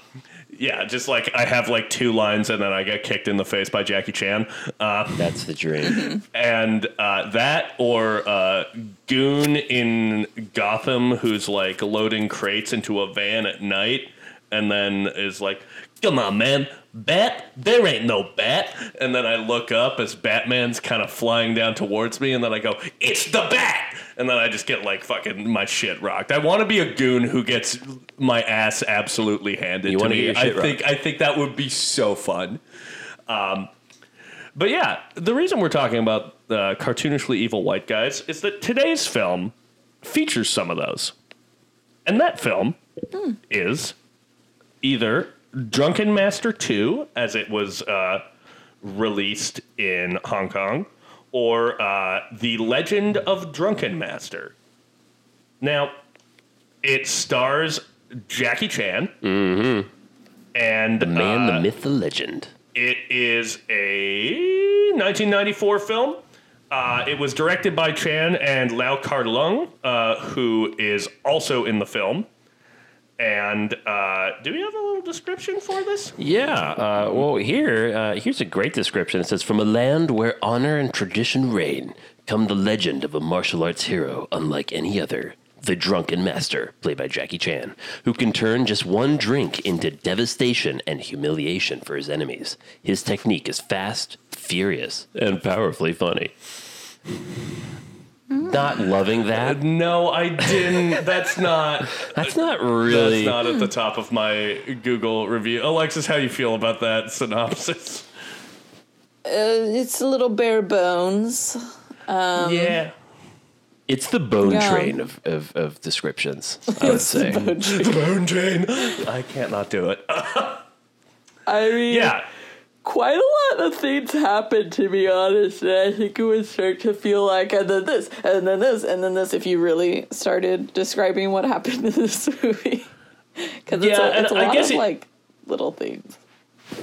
yeah just like i have like two lines and then i get kicked in the face by jackie chan uh,
That's the dream.
and uh, that or uh, goon in Gotham who's like loading crates into a van at night, and then is like, "Come on, man, bat! There ain't no bat!" And then I look up as Batman's kind of flying down towards me, and then I go, "It's the bat!" And then I just get like fucking my shit rocked. I want to be a goon who gets my ass absolutely handed
You
to
wanna
me.
get your shit
I think I think that would be so fun. But yeah, the reason we're talking about uh, cartoonishly evil white guys is that today's film features some of those. And that film is either Drunken Master 2, as it was uh, released in Hong Kong, or uh, The Legend of Drunken Master. Now, it stars Jackie Chan. And
Mm-hmm. The man,
uh,
the myth, the legend.
it is a 1994 film. Uh, it was directed by Chan and Lau Kar Lung, uh, who is also in the film. And uh, do we have a little description for this?
Yeah. Uh, well, here, uh, here's a great description. It says From a land where honor and tradition reign, come the legend of a martial arts hero unlike any other. The Drunken Master, played by Jackie Chan, who can turn just one drink into devastation and humiliation for his enemies. His technique is fast, furious, and powerfully funny. Not loving that.
No, I didn't. (laughs) That's not.
That's not really.
That's not at the top of my Google review. Alexis, how you feel about that synopsis?
Uh, it's a little bare bones.
yeah,
it's the bone
Yeah.
train of, of, of descriptions, I would say.
the bone train. I can't not do it.
I mean,
yeah,
quite a lot of things happened to be honest and i think it would start to feel like and then this and then this and then this if you really started describing what happened in this (laughs) movie because it's
Yeah,
a,
and
it's a
I
lot
guess
of
it-
like little things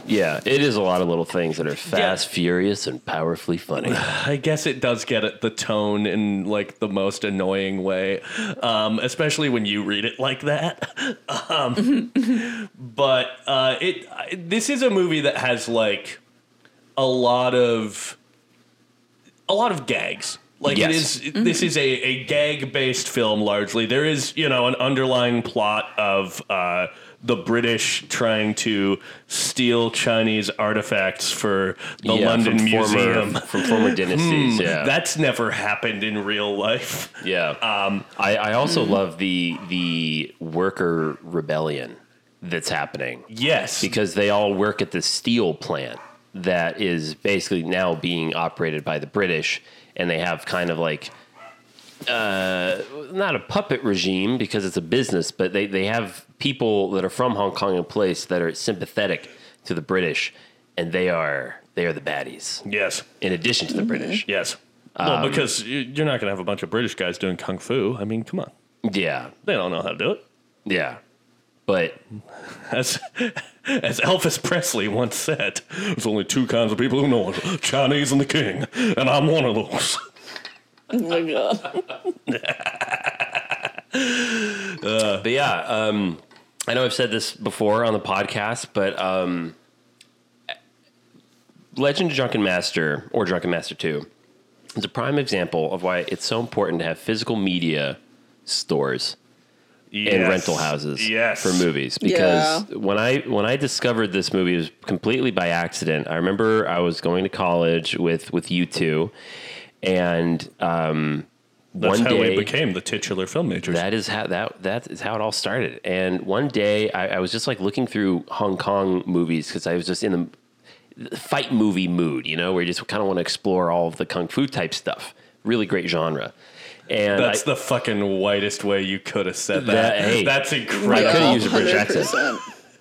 Yeah, it is a lot of little things that are fast, furious, and powerfully funny.
I guess it does get at the tone in like the most annoying way, um, especially when you read it like that. (laughs) um, but uh, it I- this is a movie that has like a lot of a lot of gags. Like it
Yes.
is, this is a, a gag based film largely. There is, you know, an underlying plot of uh, the British trying to steal Chinese artifacts for the
Yeah,
London
from
Museum. Hmm,
former, from former dynasties. yeah,
That's never happened in real life. (laughs)
yeah. Um, I, I also
hmm.
love the the worker rebellion that's happening
Yes,
because they all work at the steel plant that is basically now being operated by the British, and they have kind of like uh, not a puppet regime because it's a business, but they they have people that are from Hong Kong and place that are sympathetic to the British, and they are they are the baddies
yes,
in addition to the British.
yes.
Um,
well, because you- you're not going to have a bunch of British guys doing kung fu. I mean, come on,
Yeah,
they don't know how to do it.
yeah, but
As (laughs) as Elvis Presley once said, "There's only two kinds of people who know it: Chinese and the King, and I'm one of those."
Oh my
Uh,
god.
But yeah, um, I know I've said this before on the podcast, but um, Legend of Drunken Master or Drunken Master 2 is a prime example of why it's so important to have physical media stores
Yes.
(laughs) and rental houses
Yes.
for movies because when I when I discovered this movie it was completely by accident. I remember I was going to college with with you two and um
That's
one
how
day
we became the titular film majors.
that is how that that is how it all started. And one day I, I was just like looking through Hong Kong movies because I was just in the fight movie mood, you know, where you just kind of want to explore all of the kung fu type stuff. Really great genre. And
That's
I,
the fucking whitest way you could have said that.
That- hey.
That's
I
incredible.
could've used a British accent.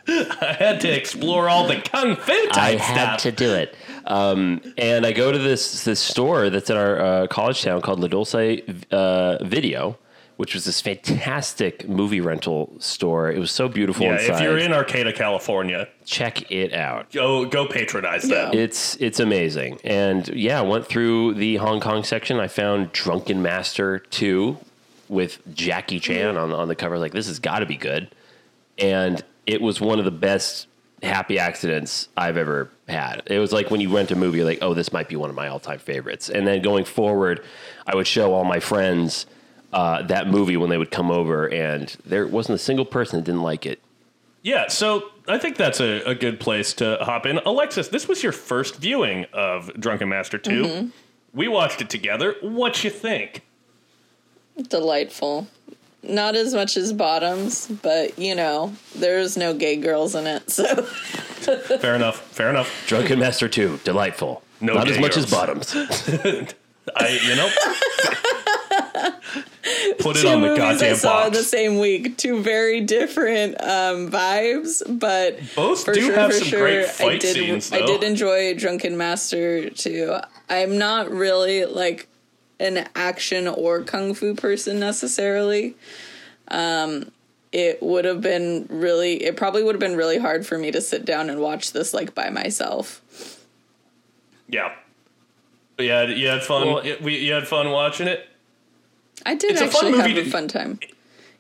100%.
I had to explore all the kung fu type
I
stuff.
had to do it. Um, and I go to this this store that's in our uh, college town called La Dulce uh, Video, which was this fantastic movie rental store. It was so beautiful
Yeah,
inside.
if you're in Arcata, California,
Check it out.
go go patronize them.
It's it's amazing. And yeah, I went through the Hong Kong section. I found Drunken Master 2 with Jackie Chan on, on the cover. Like, this has got to be good. And it was one of the best happy accidents I've ever had. It was like when you rent a movie, you're like, oh, this might be one of my all time favorites. And then going forward, I would show all my friends uh, that movie when they would come over, and there wasn't a single person that didn't like it.
Yeah, so I think that's a, a good place to hop in. Alexis, this was your first viewing of Drunken Master 2.
Mm-hmm.
We watched it together. What you
(laughs)
think?
Delightful. Not as much as bottoms, but you know, there's no gay girls in it, (laughs) so
Fair enough. Fair enough.
Drunken Master 2, delightful.
No
Not as
gay
much as
girls.
Bottoms.
I you know
(laughs)
put it
two
on the
movies I
goddamn
saw in the
box.
same week. Two very different um, vibes, but
Both
for
do
sure,
have
for
some
sure,
great
I
fight
did.
scenes,
I
though.
did enjoy Drunken Master too. I'm not really like an action or kung fu person necessarily. Um, it would have been really. It probably would have been really hard for me to sit down and watch this like by myself.
Yeah. But yeah, you had fun.
Well-
you, we, you had fun watching it.
I did
It's a fun
actually have
movie
a
to-
fun time.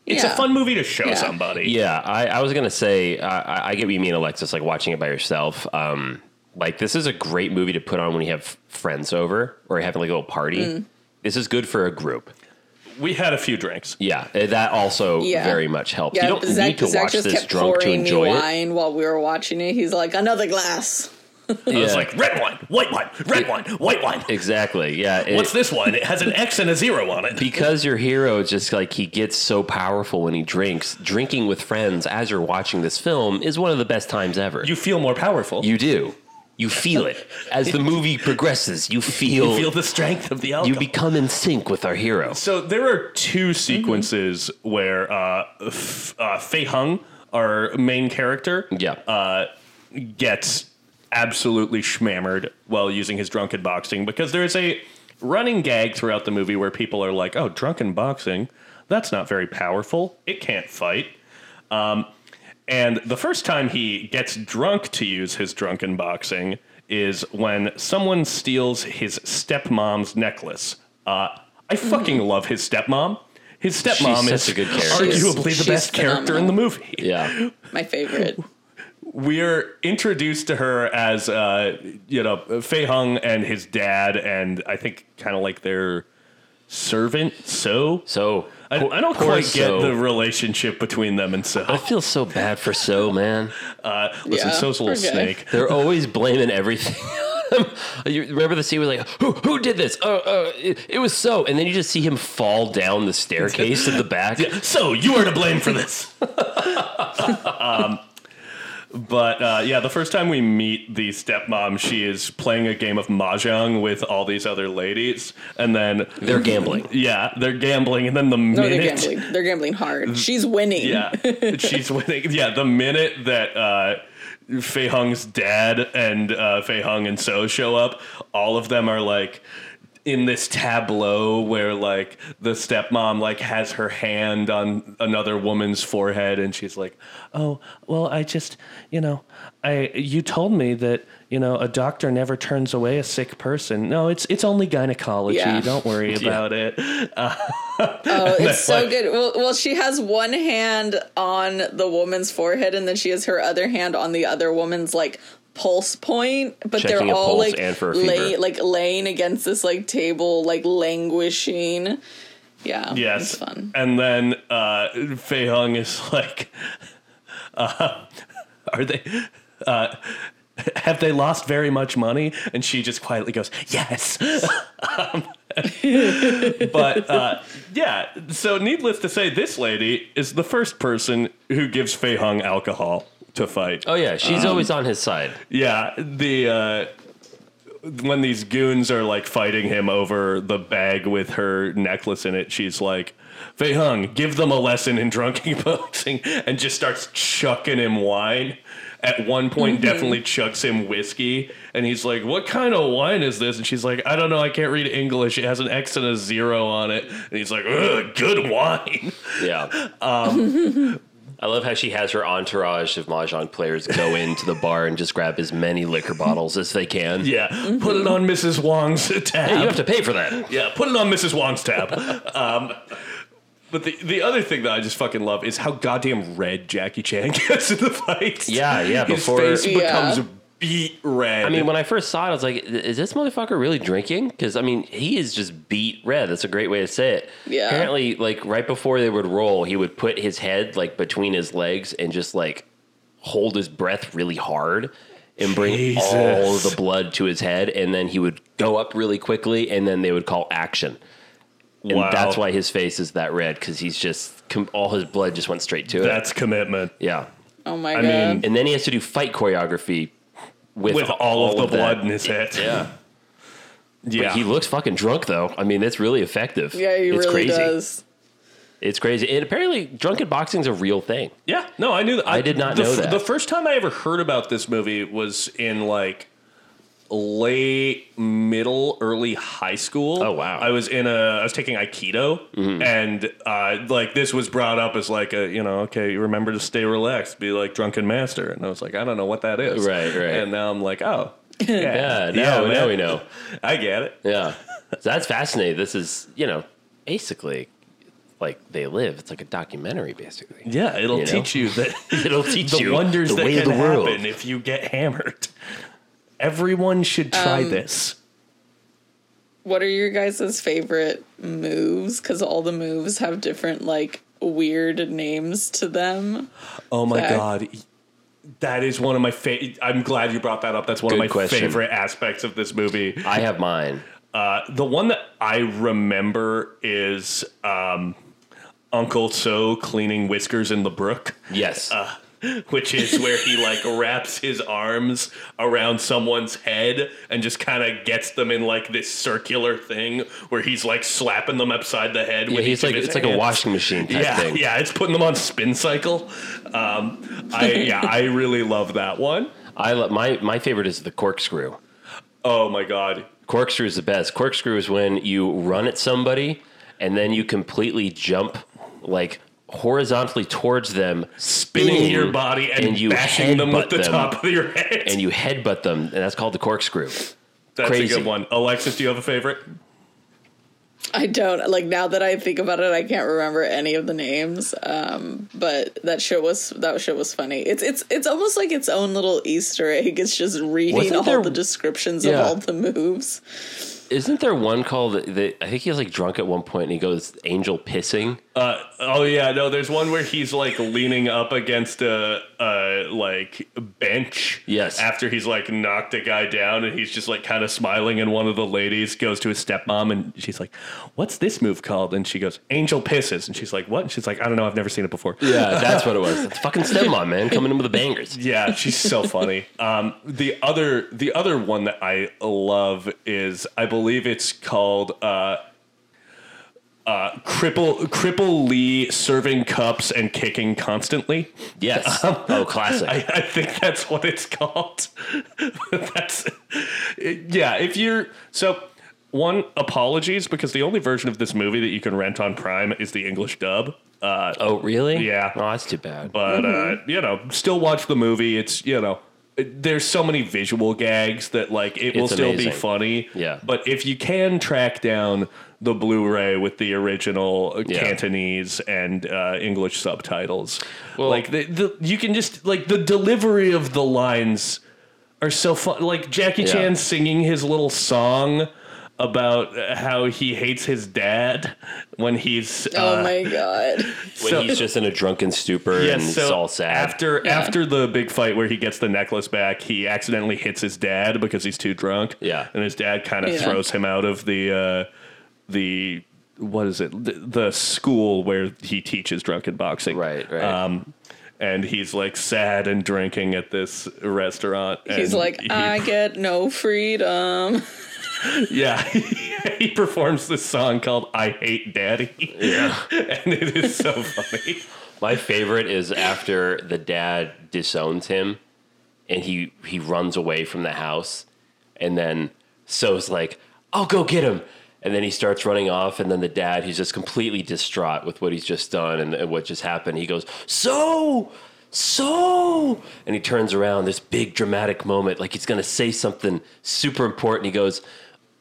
It's
Yeah.
a fun movie to show
Yeah.
somebody.
Yeah, I, I was gonna say I, I- I get what you mean, Alexis. Like watching it by yourself. Um, like this is a great movie to put on when you have friends over or you're having like a little party.
Mm.
This is good for a group.
We had a few drinks.
Yeah, eh, that also
Yeah.
very much helps. you don't
Zach,
need to
Zach
watch
just
this
kept
drunk to
pouring
enjoy
me
it.
wine while we were watching it. He's like, another glass.
I was
Yeah.
like red wine, white wine, red wine, white wine.
Exactly. Yeah. it-
What's this
(laughs)
one? It has an X and a zero on it.
because your hero is just like he gets so powerful when he drinks. Drinking with friends as you're watching this film is one of the best times ever.
You feel more powerful.
you do. You feel it as the movie progresses. You
You feel the strength of the alcohol.
You become in sync with our hero.
so there are two sequences where uh, F- uh, Fei Hung, our main character,
Yeah.
uh, gets absolutely schmammered while using his drunken boxing because there is a running gag throughout the movie where people are like, "Oh, drunken boxing, that's not very powerful. It can't fight." Um, And the first time he gets drunk to use his drunken boxing is when someone steals his stepmom's necklace. Uh, I fucking love his stepmom. His stepmom
Mm-hmm. such
is
a good character.
She's-
arguably
she's
the best character in the movie.
yeah.
(laughs)
My favorite.
We're introduced to her as, uh, you know, Fei Hung and his dad, and I think kind of like their servant so.
So
I,
poor-
I don't
poor
quite
So. Oh.
get the relationship between them and so.
I feel so bad for So man.
Uh, listen,
Yeah,
so's a little
poor guy.
snake.
They're always blaming everything. (laughs) on him. you remember the scene was like, who who did this? Uh, uh, it, it was So, and then you just see him fall down the staircase in the back.
So you are to blame for this. (laughs) um, but uh, yeah, the first time we meet the stepmom, she is playing a game of mahjong with all these other ladies, and then
They're gambling.
yeah, they're gambling, and then the
No,
minute
they're gambling. They're gambling hard. She's winning. (laughs)
yeah, she's winning. Yeah, the minute that uh, Fei Hung's dad and uh, Fei Hung and So show up, all of them are like in this tableau where like the stepmom like has her hand on another woman's forehead and she's like oh well i just you know i you told me that you know a doctor never turns away a sick person no it's it's only gynecology
(laughs) Yeah.
don't worry about it
(laughs)
Oh, it's so good. Well, well, she has one hand on the woman's forehead, and then she has her other hand on the other woman's like pulse point. But
Checking a
they're all
pulse
like
and for a fever.
like laying against this like table, like languishing. Yeah,
Yes.
it's fun.
And then uh, Fei Hung is like, (laughs) uh, "Are they? Uh, have they lost very much money?" And she just quietly goes, "Yes." (laughs) Um, but uh, yeah, so needless to say, this lady is the first person who gives Fei Hung alcohol to fight.
Oh yeah,
Um,
she's always on his side.
Yeah, the uh, when these goons are like fighting him over the bag with her necklace in it, she's like, "Fei Hung, give them a lesson in drunken (laughs) boxing," and just starts chucking him wine. At one point, definitely chucks him whiskey, and he's like, "What kind of wine is this?" And she's like, "I don't know. I can't read English. It has an X and a zero on it." And he's like, "Ugh, good wine." (laughs)
Yeah.
um,
(laughs) I love how she has her entourage of mahjong players go into the bar and just grab as many liquor bottles as they can.
Yeah, put it on Mrs. Wong's (laughs) tab.
Hey, you have to pay for that.
Yeah, put it on Mrs. Wong's tab. um, but the, the other thing that I just fucking love is how goddamn red Jackie Chan (laughs) gets in the fight.
Yeah, yeah,
His
before-
face
Yeah.
becomes beat red.
I mean, when I first saw it, I was like, "Is this motherfucker really drinking?" Because I mean, he is just beat red. That's a great way to say it.
Yeah.
Apparently, like right before they would roll, he would put his head like between his legs and just like hold his breath really hard and bring
Jesus.
all the blood to his head, and then he would go up really quickly, and then they would call action. And
Wow.
that's why his face is that red because he's just com- all his blood just went straight to it.
that's commitment.
Yeah.
Oh my
I
god.
mean,
And then he has to do fight choreography with,
With all, of the
that.
blood in his head.
Yeah.
Yeah.
He looks fucking drunk though. I mean, that's really effective.
yeah, he
it's
really
crazy.
does.
It's crazy. And apparently, drunken boxing's a real thing.
Yeah, no, I knew that.
I did not
the
know
f-
that.
The first time I ever heard about this movie was in like late middle, early high school.
Oh, wow. Mm-hmm.
I was in a, I was taking Aikido, and uh, like this was brought up as like a, you know, okay, remember to stay relaxed, be like drunken master, and I was like, I don't know what that is,
Right, right.
And now I'm like, oh,
(laughs) Yeah.
yeah,
Now, now
man.
we know.
(laughs) I get it.
Yeah. so that's fascinating. This is, you know, basically like they live. It's like a documentary, basically.
Yeah, it'll
You know?
teach you that
(laughs) It'll teach
the
you
wonders
the
that
way
can
of the world.
happen if you get hammered. Everyone should try this.
What are your guys' favorite moves? Because all the moves have different like weird names to them.
Oh my
Zach.
god. That is one of my favorite. I'm glad you brought that up. That's one
Good
of my
question.
favorite aspects of this movie.
I have mine.
Uh, the one that I remember is um, Uncle So cleaning whiskers in the brook,
Yes.
which is where he like wraps his arms around someone's head and just kind of gets them in like this circular thing where he's like slapping them upside the head.
yeah,
with
he's
each of
like
his
it's like a
hands.
washing machine type
Yeah,
thing.
yeah, it's putting them on spin cycle. Um,
(laughs)
I yeah, I really love that one.
I love my my favorite is the corkscrew.
Oh my god.
Corkscrew is the best. Corkscrew is when you run at somebody and then you completely jump like horizontally towards them,
Spinning your body and, bashing them with
headbutt
the top of your head.
and you headbutt them, and that's called the corkscrew.
That's
crazy.
a good one. Alexis, do you have a favorite?
(laughs) I don't like now that I think about it, I can't remember any of the names. Um, but that shit was that shit was funny. It's it's it's almost like its own little Easter egg. It's just reading
Wasn't
all
there-
the descriptions
Yeah.
of all the moves.
Isn't there one call that, that I think he was like drunk at one point and he goes angel pissing?
Uh, oh yeah, no. There's one where he's like leaning up against a, a like bench.
Yes.
After he's like knocked a guy down, and he's just like kind of smiling, and one of the ladies goes to his stepmom, and she's like, "What's this move called?" And she goes, "Angel pisses," and she's like, "What?" And she's like, "I don't know. I've never seen it before."
Yeah, (laughs) that's what it was. It's fucking stepmom, man, coming in with
(laughs)
the bangers.
Yeah, she's so funny. Um, the other the other one that I love is I believe it's called uh, uh, Cripple Cripple Lee serving cups and kicking constantly.
Yes. oh,
(laughs)
classic.
I, I think that's what it's called. (laughs) that's yeah. If you're so one apologies because the only version of this movie that you can rent on Prime is the English dub. Uh,
oh, really?
Yeah.
Oh, that's too bad.
but uh, you know, still watch the movie. It's you know, it- there's so many visual gags that like it will
It's
still
amazing.
be funny.
Yeah.
But if you can track down the Blu-ray with the original uh,
Yeah.
Cantonese and uh, English subtitles,
Well-
like the, the you can just like the delivery of the lines are so fun. Like Jackie
Yeah.
Chan singing his little song. About uh, how he hates his dad when he's uh,
oh my
(laughs)
god.
when
so-
he's just in a drunken stupor
yeah,
and
so
it's all sad.
After after the big fight where he gets the necklace back, he accidentally hits his dad because he's too drunk.
Yeah.
and his dad kind of
Yeah.
throws him out of the uh, the what is it the, the school where he teaches drunken boxing.
Right, right.
Um, and he's like sad and drinking at this restaurant.
He's
and
like,
he-
I get
(laughs)
no freedom.
(laughs) yeah, (laughs) he performs this song called "I Hate Daddy." Yeah, (laughs) and it is so funny.
My favorite is after the dad disowns him and he he runs away from the house and then So's like, I'll go get him. And then he starts running off, and then the dad, who's just completely distraught with what he's just done and, and what just happened, he goes, So, so. And he turns around, this big dramatic moment, like he's gonna say something super important. He goes,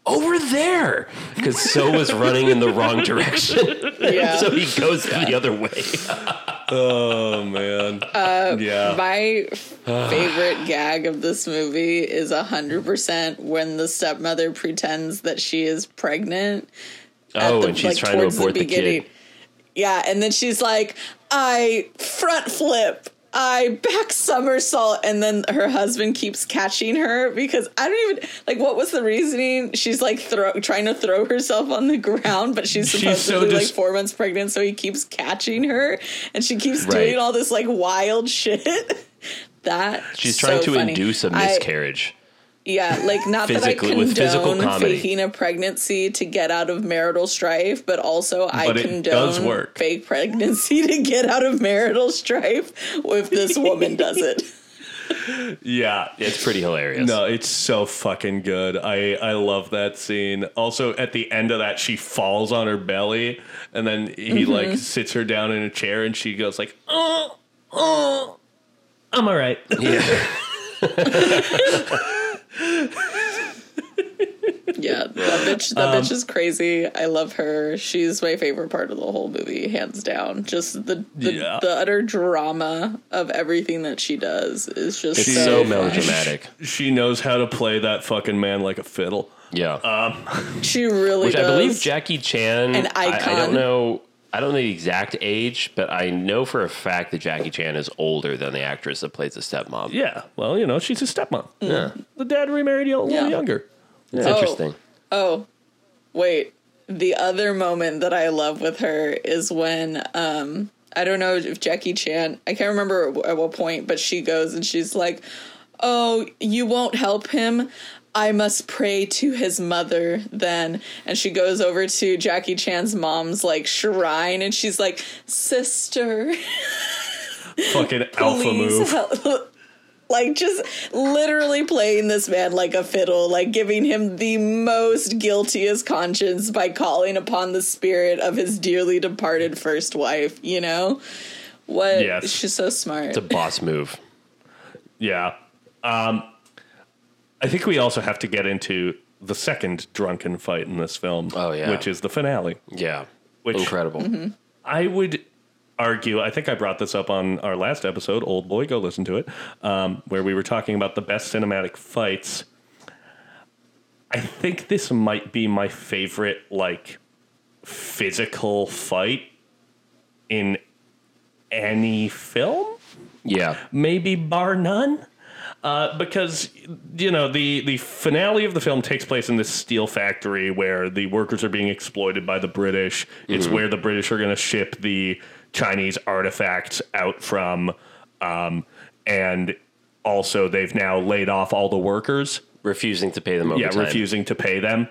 Over there! Because So was running in the wrong direction. (laughs)
Yeah.
so he goes the other way.
Oh man,
Uh,
yeah.
(sighs)
My favorite gag of this movie is 100% when the stepmother pretends that she is pregnant. at
Oh,
the-
and she's
like,
trying to
towards
abort the, kid.
Yeah, and then she's like, I front flip. I back somersault and then her husband keeps catching her because I don't even like what was the reasoning? She's like throw trying to throw herself on the (laughs) ground, but she's
She's
supposedly
so
like
dis-
four months pregnant, so he keeps catching her and she keeps
Right.
doing all this like wild shit. that
She's trying
so
to
funny.
induce a
I-
miscarage.
yeah, like not that I
Physically- with physical
condone
comedy.
faking a pregnancy to get out of marital strife, but also I
But it
condone
does work.
fake pregnancy (laughs) to get out of marital strife if this woman does it.
Yeah,
it's pretty hilarious.
No, it's so fucking good. I I love that scene. Also, at the end of that, she falls on her belly, and then he like sits her down in a chair, and she goes like, "Oh, oh, I'm all right."
Yeah, that bitch,
Um,
that bitch is crazy. I love her. She's my favorite part of the whole movie, hands down. Just the the,
Yeah.
the utter drama of everything that she does is just
it's
so,
so
fun.
melodramatic.
she knows how to play that fucking man like a fiddle.
Yeah,
Uh,
She really
which I
does.
believe Jackie Chan.
An
I- I, don't
icon.
know. I don't know the exact age, but I know for a fact that Jackie Chan is older than the actress that plays the stepmom.
Yeah, well, you know, she's his stepmom.
Mm.
Yeah, the dad remarried a little
Yeah.
younger.
It's
Oh.
interesting.
Oh, wait. The other moment that I love with her is when um I don't know if Jackie Chan, I can't remember at what point, but she goes and she's like, "Oh, you won't help him." I must pray to his mother then. And she goes over to Jackie Chan's mom's like shrine and she's like, Sister, (laughs)
Fucking alpha
please (laughs)
move.
help. Like just literally playing this man like a fiddle, like giving him the most guiltiest conscience by calling upon the spirit of his dearly departed first wife. You know what?
Yes.
She's so smart.
It's a boss move.
Yeah. Um, I think we also have to get into the second drunken fight in this film.
Oh, yeah.
Which is the finale.
Yeah,
Which-
incredible.
Mm-hmm.
I would argue, I think I brought this up on our last episode, Old Boy, go listen to it, um, where we were talking about the best cinematic fights. I think this might be my favorite like physical fight in any film
Yeah.
maybe bar none. Uh, because you know the the finale of the film takes place in this steel factory where the workers are being exploited by the British. It's where the British are going to ship the Chinese artifacts out from, um, and also they've now laid off all the workers.
Refusing to pay them overtime.
Yeah, refusing to pay them.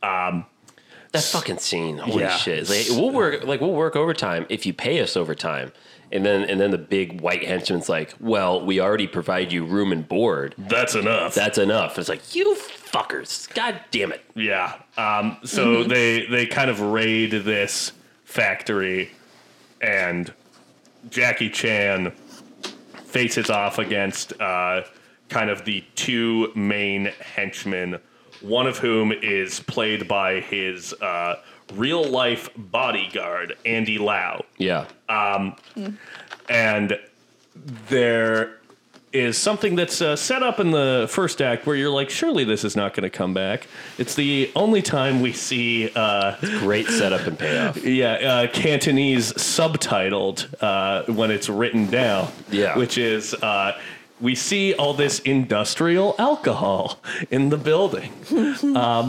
That fucking scene. Holy
Yeah.
shit. It's Like, we'll work like we'll work overtime if you pay us overtime. And then and then the big white henchman's like, Well, we already provide you room and board.
That's enough.
That's enough. It's like, you fuckers. God damn it.
Yeah. Um, so they they kind of raid this factory, and Jackie Chan faces off against uh, kind of the two main henchmen, one of whom is played by his uh, real life bodyguard Andy Lau
Yeah.
and there is something that's uh, set up in the first act where you're like, surely this is not going to come back. It's the only time we see, uh,
Great setup and payoff.
yeah, uh, Cantonese subtitled uh, when it's written down.
Yeah.
which is. Uh, we see all this industrial alcohol in the building Um,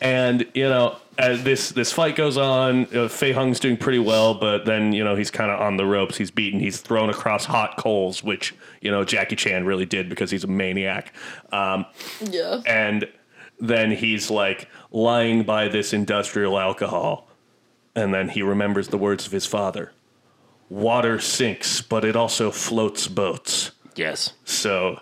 and you know uh, this this fight goes on. Uh, Fei Hung's doing pretty well, but then you know he's kind of on the ropes. He's beaten. He's thrown across hot coals, which you know Jackie Chan really did because he's a maniac. Um,
Yeah.
and then he's like lying by this industrial alcohol, and then he remembers the words of his father: "Water sinks, but it also floats boats."
(laughs) Yes.
So,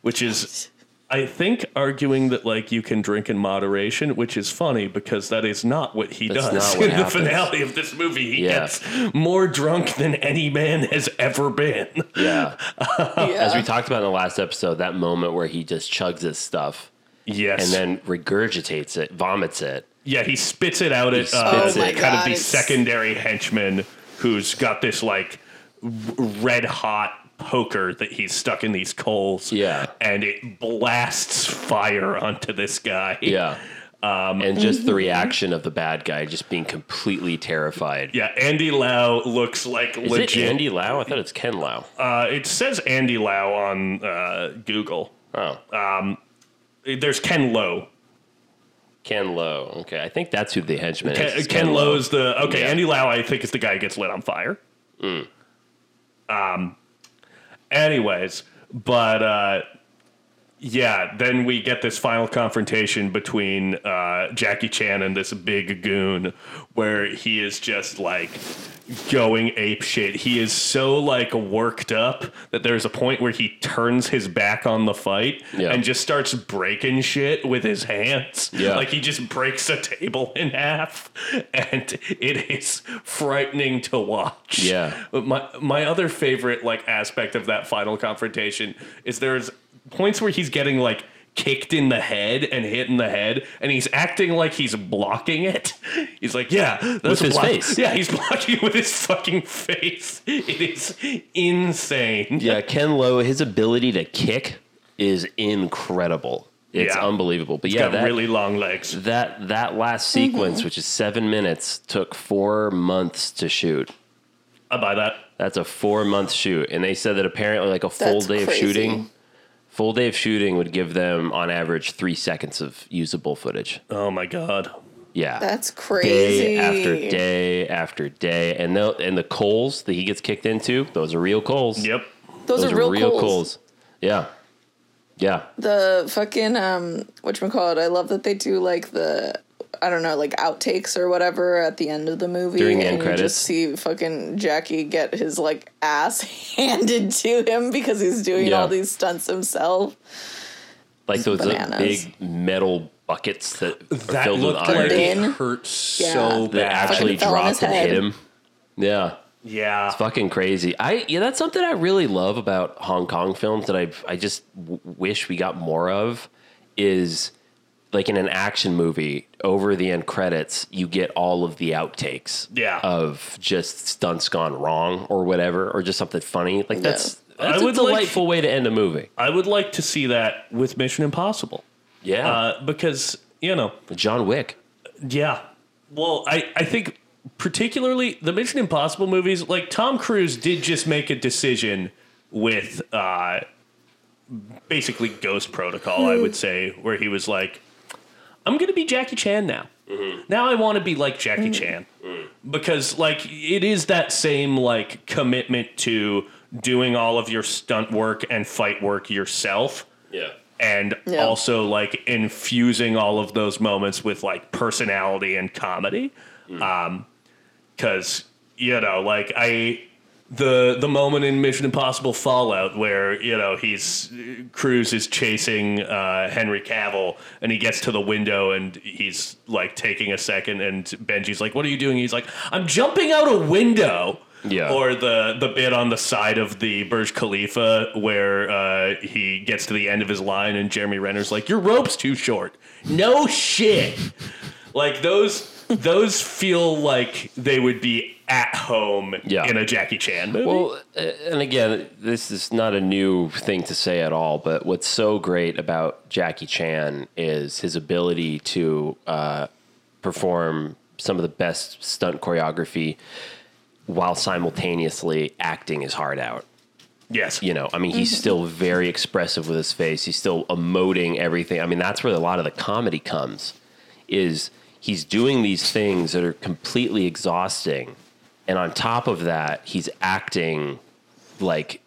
which is, I think, arguing that like you can drink in moderation, which is funny because that is not what he
That's
does
not what
(laughs) in
happens.
the finale of this movie. He
Yeah.
gets more drunk than any man has ever been.
Yeah. Oh, As we
yeah.
talked about in the last episode, that moment where he just chugs his stuff
Yes,
and then regurgitates it, vomits it.
yeah, he spits it out at uh,
spits Oh
kind
my it.
of
God,
the
it's-
secondary henchman who's got this like red hot poker that he's stuck in these coals.
Yeah.
and it blasts fire onto this guy.
Yeah. Um, mm-hmm. and just the reaction of the bad guy just being completely terrified.
Yeah, Andy Lau looks like
Is
legit.
it Andy Lau? I thought it's Ken Lau.
uh, it says Andy Lau on uh, Google.
oh,
There's Ken Lowe.
Ken Lau. Okay, I think that's who the henchman
Ken,
is. It's
Ken
Lau.
Lowe is the okay.
Yeah.
Andy Lau, I think, is the guy who gets lit on fire. Um. Anyways, but uh, yeah, then we get this final confrontation between uh, Jackie Chan and this big goon, where he is just like going ape shit. He is so like worked up that there's a point where he turns his back on the fight
Yeah.
and just starts breaking shit with his hands.
Yeah.
Like he just breaks a table in half, and it is frightening to watch.
Yeah.
But my my other favorite like aspect of that final confrontation is there's points where he's getting like kicked in the head and hit in the head, and he's acting like he's blocking it. He's like, yeah, that's
With his
block-
face.
Yeah, he's (laughs) blocking it with his fucking face. It is insane.
Yeah, Ken Lowe. His ability to kick is incredible. It's
Yeah.
unbelievable. But yeah,
Got
that,
really long legs.
that that last
Mm-hmm.
sequence, which is seven minutes, took four months to shoot.
I buy that.
That's a four month shoot, and they said that apparently, like a full
That's
day of
crazy.
shooting, full day of shooting would give them on average three seconds of usable footage.
Oh my god.
Yeah,
That's crazy.
day after day after day, and the and the coals that he gets kicked into, those are real coals.
Yep.
Those, are real,
real
coals.
coals. Yeah, yeah,
The fucking um whatchamacallit, I love that they do like the I don't know, like outtakes or whatever at the end of the movie.
During the end
and you
credits.
just see fucking Jackie get his like ass (laughs) handed to him because he's doing
Yeah.
all these stunts himself.
like those uh,
Bananas.
big metal buckets that are
That
filled with
looked
iron
like it
Then-
hurt
Yeah.
so
that
That
bad.
actually
Fucking fell on
dropped
his
and hit
head.
him. Yeah.
yeah.
fucking crazy. I yeah, that's something I really love about Hong Kong films that I I just w- wish we got more of is like in an action movie over the end credits you get all of the outtakes
Yeah.
of just stunts gone wrong or whatever or just something funny like that's
I
that's a
would like- Uh,
delightful way to end a movie
I would like to see that with Mission Impossible.
Yeah.
uh, because you know,
John Wick.
yeah. Well, I I think particularly the Mission Impossible movies, like Tom Cruise did just make a decision with uh, basically Ghost Protocol, I would say, where he was like, I'm gonna be Jackie Chan now. Now I want to be like Jackie Chan because like it is that same like commitment to doing all of your stunt work and fight work yourself
Yeah.
and
Yeah.
also like infusing all of those moments with like personality and comedy Um 'cause because you know like i the the moment in mission impossible fallout where you know he's cruz is chasing uh henry cavill and he gets to the window and he's like taking a second and benji's like what are you doing he's like i'm jumping out a window
Yeah.
or or the the bit on the side of the Burj Khalifa where uh, he gets to the end of his line and Jeremy Renner's like, "Your rope's too short." No shit. like those those feel like they would be at home
Yeah.
in a Jackie Chan movie.
Well, uh, and again, this is not a new thing to say at all, but what's so great about Jackie Chan is his ability to uh, perform some of the best stunt choreography while simultaneously acting his heart out.
yes.
you know, I mean, he's still very expressive with his face. He's still emoting everything. I mean, that's where a lot of the comedy comes. Is he's doing these things that are completely exhausting, and on top of that, he's acting like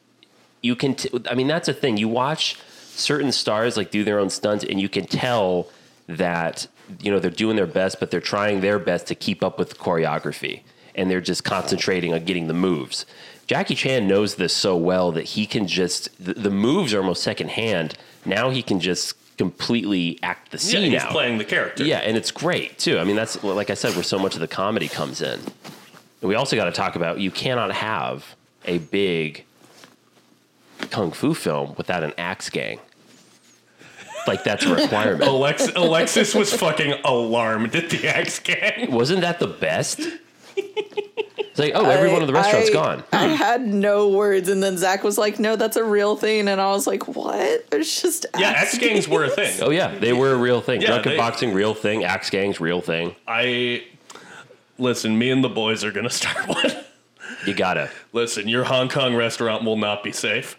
you can. T- I mean, that's a thing. You watch certain stars like do their own stunts, and you can tell that you know they're doing their best, but they're trying their best to keep up with the choreography, and they're just concentrating on getting the moves. Jackie Chan knows this so well that he can just the, the moves are almost secondhand. Now he can just completely act the
Yeah,
scene
he's
out.
playing the character.
Yeah, and it's great too. I mean, that's like I said, where so much of the comedy comes in. And we also got to talk about you cannot have a big kung fu film without an axe gang. Like that's a requirement.
Alex- Alexis was fucking alarmed at the Axe Gang.
Wasn't that the best? It's like, oh, everyone in the restaurant's
I-
gone.
I had no words, and then Zach was like, "No, that's a real thing," and I was like, "What? There's just
Yeah, Axe Gangs were a thing.
Oh yeah, they were a real thing.
Yeah,
Drunken
they-
boxing, real thing. Axe gangs, real thing.
I listen. Me and the boys are gonna (laughs) start one.
You gotta.
listen, your Hong Kong restaurant will not be safe.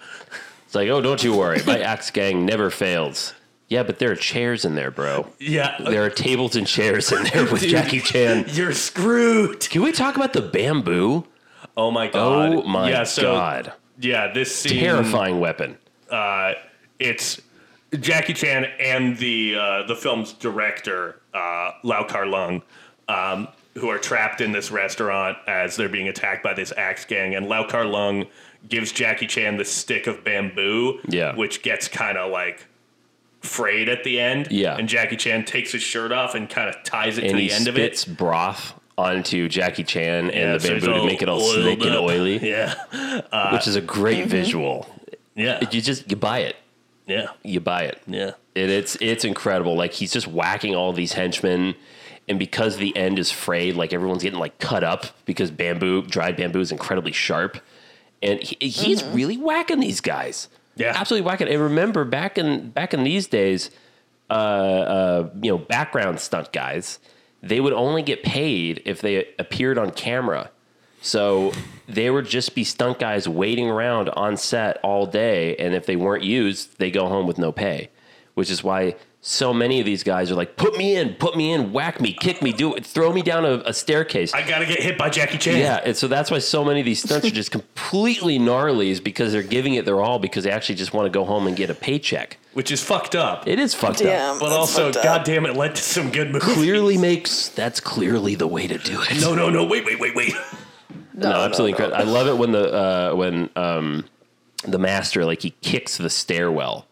It's like, oh, don't you worry.
(laughs)
My axe gang never fails. Yeah, but there are chairs in there, bro.
Yeah, (laughs)
Uh, There are tables and chairs in there with
Dude.
Jackie Chan.
You're screwed.
Can we talk about the bamboo?
Oh my god.
Oh my
yeah, so,
god.
Yeah, this scene
Terrifying weapon.
uh it's Jackie Chan and the uh the film's director, uh Lau Kar Lung, um, who are trapped in this restaurant as they're being attacked by this axe gang, and Lau Kar Lung gives Jackie Chan the stick of bamboo,
Yeah.
which gets kinda like frayed at the end.
Yeah.
And Jackie Chan takes his shirt off and kind of ties it
And
to
he
the end of it.
spits broth onto Jackie Chan
Yeah,
and the
so he's
bamboo to
all
make it all
oiled
slick and
up.
oily,
(laughs) Yeah.
which is a great visual.
Yeah.
You just you buy it.
Yeah.
You buy it.
Yeah.
It, it's it's incredible. Like he's just whacking all these henchmen, and because the end is frayed, like everyone's getting like cut up because bamboo, dried bamboo, is incredibly sharp, and he, he's really whacking these guys.
Yeah.
absolutely whacking. And remember, back in back in these days, uh, uh, you know, background stunt guys, they would only get paid if they appeared on camera. So they would just be stunt guys waiting around on set all day, and if they weren't used, they go home with no pay, which is why so many of these guys are like, "Put me in, put me in, whack me, kick me, do it, throw me down a, a staircase."
I gotta get hit by Jackie Chan.
yeah, and so that's why so many of these
(laughs)
stunts are just completely gnarly, is because they're giving it their all because they actually just want to go home and get a paycheck.
Which is fucked up.
It is fucked up.
Damn,
but
Um, that's
also,
fucked up.
goddamn it, led to some good movies.
Clearly makes that's clearly the way to do it.
No, no, no. Wait, wait, wait, wait.
no, absolutely incredible. I love it when the uh, when um, the master like he kicks the stairwell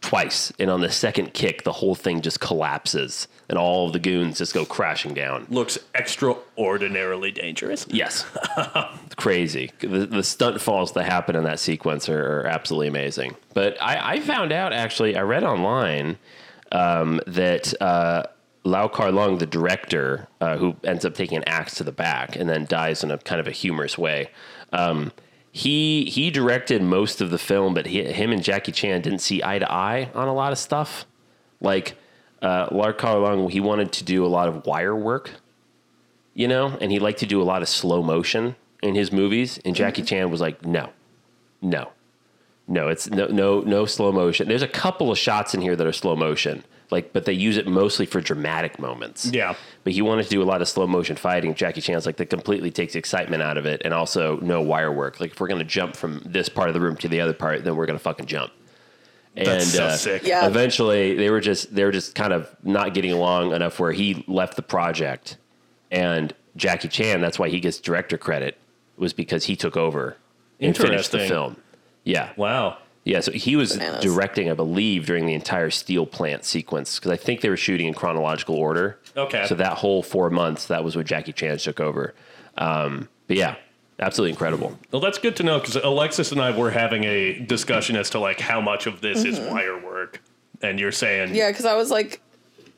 twice, and on the second kick, the whole thing just collapses, and all of the goons just go crashing down.
Looks extraordinarily dangerous.
Yes, (laughs) It's crazy. The, the stunt falls that happen in that sequence are, are absolutely amazing. But I, I found out actually, I read online um, that uh, Lau Kar Lung, the director, uh, who ends up taking an axe to the back and then dies in a kind of a humorous way. Um, he he directed most of the film, but he, him and Jackie Chan didn't see eye to eye on a lot of stuff. Like uh, Lark Long, he wanted to do a lot of wire work, you know, and he liked to do a lot of slow motion in his movies. And Jackie Chan was like, no, no, no, it's no, no, no slow motion. There's a couple of shots in here that are slow motion, like, but they use it mostly for dramatic moments.
Yeah.
But he wanted to do a lot of slow motion fighting. Jackie Chan's like that completely takes the excitement out of it, and also no wire work. Like if we're gonna jump from this part of the room to the other part, then we're gonna fucking jump.
That's so sick.
Yeah.
uh, Eventually, they were just they were just kind of not getting along enough where he left the project, and Jackie Chan. That's why he gets director credit was because he took over and finished the
Interesting.
film. Yeah,
Wow.
yeah, so he was
Bananas.
directing, I believe, during the entire steel plant sequence because I think they were shooting in chronological order.
Okay.
So that whole four months, that was when Jackie Chan took over. Um, but yeah, absolutely incredible.
Well, that's good to know because Alexis and I were having a discussion as to like how much of this is wire work, and you're saying
Mm-hmm. Yeah, because I was like,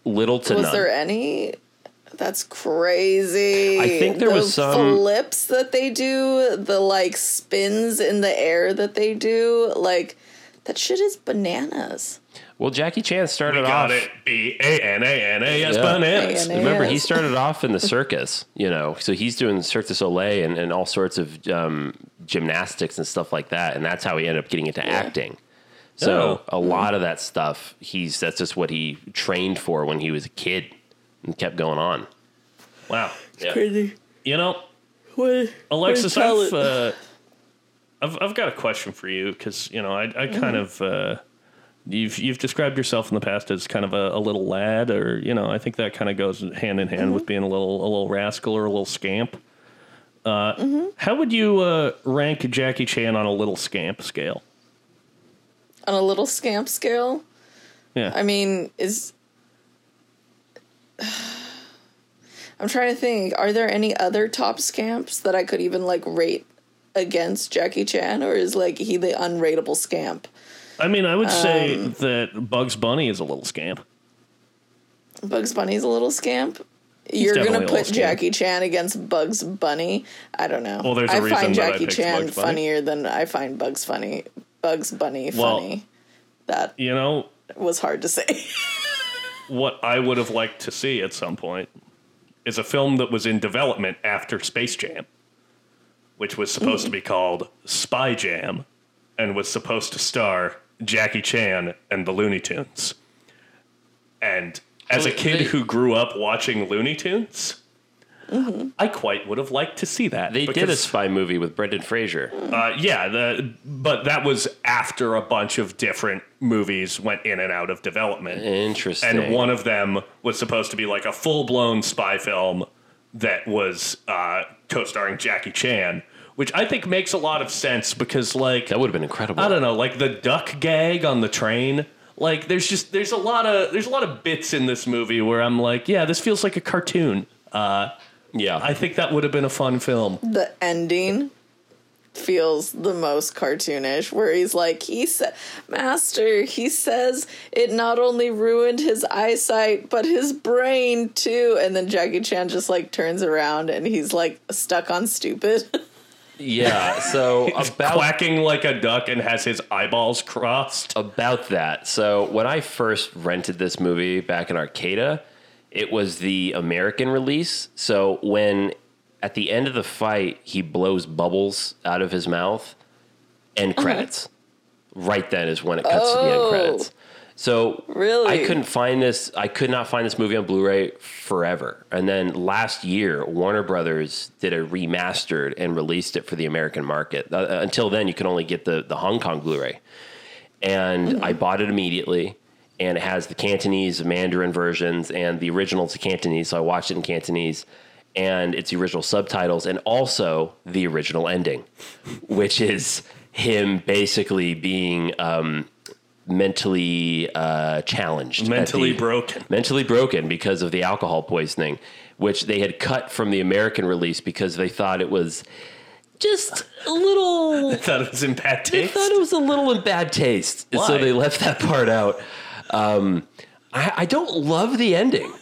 Little to
was
none.
there any? That's crazy.
I think there
the
was some-
flips that they do, the like spins in the air that they do, like that shit is bananas.
well, Jackie Chan started
we
off.
got it. B A N A N A S
Yeah.
bananas.
A-N-A.
Remember,
Yes.
he started off in the circus, you know, so he's doing Cirque du Soleil and, and all sorts of um, gymnastics and stuff like that. And that's how he ended up getting into acting. So
Oh.
a lot of that stuff, he's that's just what he trained for when he was a kid and kept going on.
Wow.
Crazy.
You know,
What?
Alexis,
Tell
I've,
it.
uh, I've I've got a question for you because you know I I
Mm-hmm.
kind of uh, you've you've described yourself in the past as kind of a, a little lad or you know I think that kind of goes hand in hand
Mm-hmm.
with being a little a little rascal or a little scamp. Uh,
Mm-hmm.
How would you uh, rank Jackie Chan on a little scamp scale?
On a little scamp scale,
Yeah,
I mean, is (sighs) I'm trying to think. Are there any other top scamps that I could even like rate against Jackie Chan, or is like he the unrateable scamp?
I mean I would say
um,
that Bugs Bunny is a little scamp.
Bugs Bunny's a little scamp. You're
definitely a
gonna
little
put
scamp.
Jackie Chan against Bugs Bunny. I don't know.
Well, there's a
I
reason
find
that I
Jackie
picked
Chan
Bugs Bunny.
funnier than I find Bugs Funny. Bugs Bunny
Well-
funny. That
You know
was hard to say. (laughs)
what I would have liked to see at some point is a film that was in development after Space Jam, which was supposed to be called Spy Jam and was supposed to star Jackie Chan and the Looney Tunes. And as a
Well,
kid
they-
who grew up watching Looney Tunes, I quite would have liked to see that.
Mm-hmm. They did a
because,
spy movie with Brendan Fraser.
uh, yeah, the, but that was after a bunch of different movies went in and out of development
Interesting.
and one of them was supposed to be like a full blown spy film that was uh, co starring Jackie Chan, which I think makes a lot of sense because like
that would have been incredible.
I don't know, like the duck gag on the train. Like there's just there's a lot of there's a lot of bits in this movie where I'm like, yeah, this feels like a cartoon. Uh,
yeah,
I think that would have been a fun film.
the ending feels the most cartoonish where he's like he said master he says it not only ruined his eyesight but his brain too and then jackie chan just like turns around and he's like stuck on stupid (laughs)
yeah. (laughs) So about
Quacking like a duck and has his eyeballs crossed.
about that. So when I first rented this movie back in Arcata, it was the American release. So when at the end of the fight he blows bubbles out of his mouth, end credits. Right then is when it cuts to the end
Oh.
credits. So
Really?
I couldn't find this. I could not find this movie on Blu-ray forever. And then last year, Warner Brothers did a remastered and released it for the American market. Uh, until then, you could only get the the Hong Kong Blu-ray and I bought it immediately. And it has the Cantonese, Mandarin versions, and the original to Cantonese. So I watched it in Cantonese, and it's the original subtitles, and also the original ending, which is him basically being um, mentally uh, challenged, at
Mentally
the-
broken. (laughs)
mentally broken because of the alcohol poisoning, which they had cut from the American release because they thought it was just a little
Thought it was in bad
they
taste.
thought it was a little in bad taste, and
Why?
so they left that part out. Um, I, I don't love the ending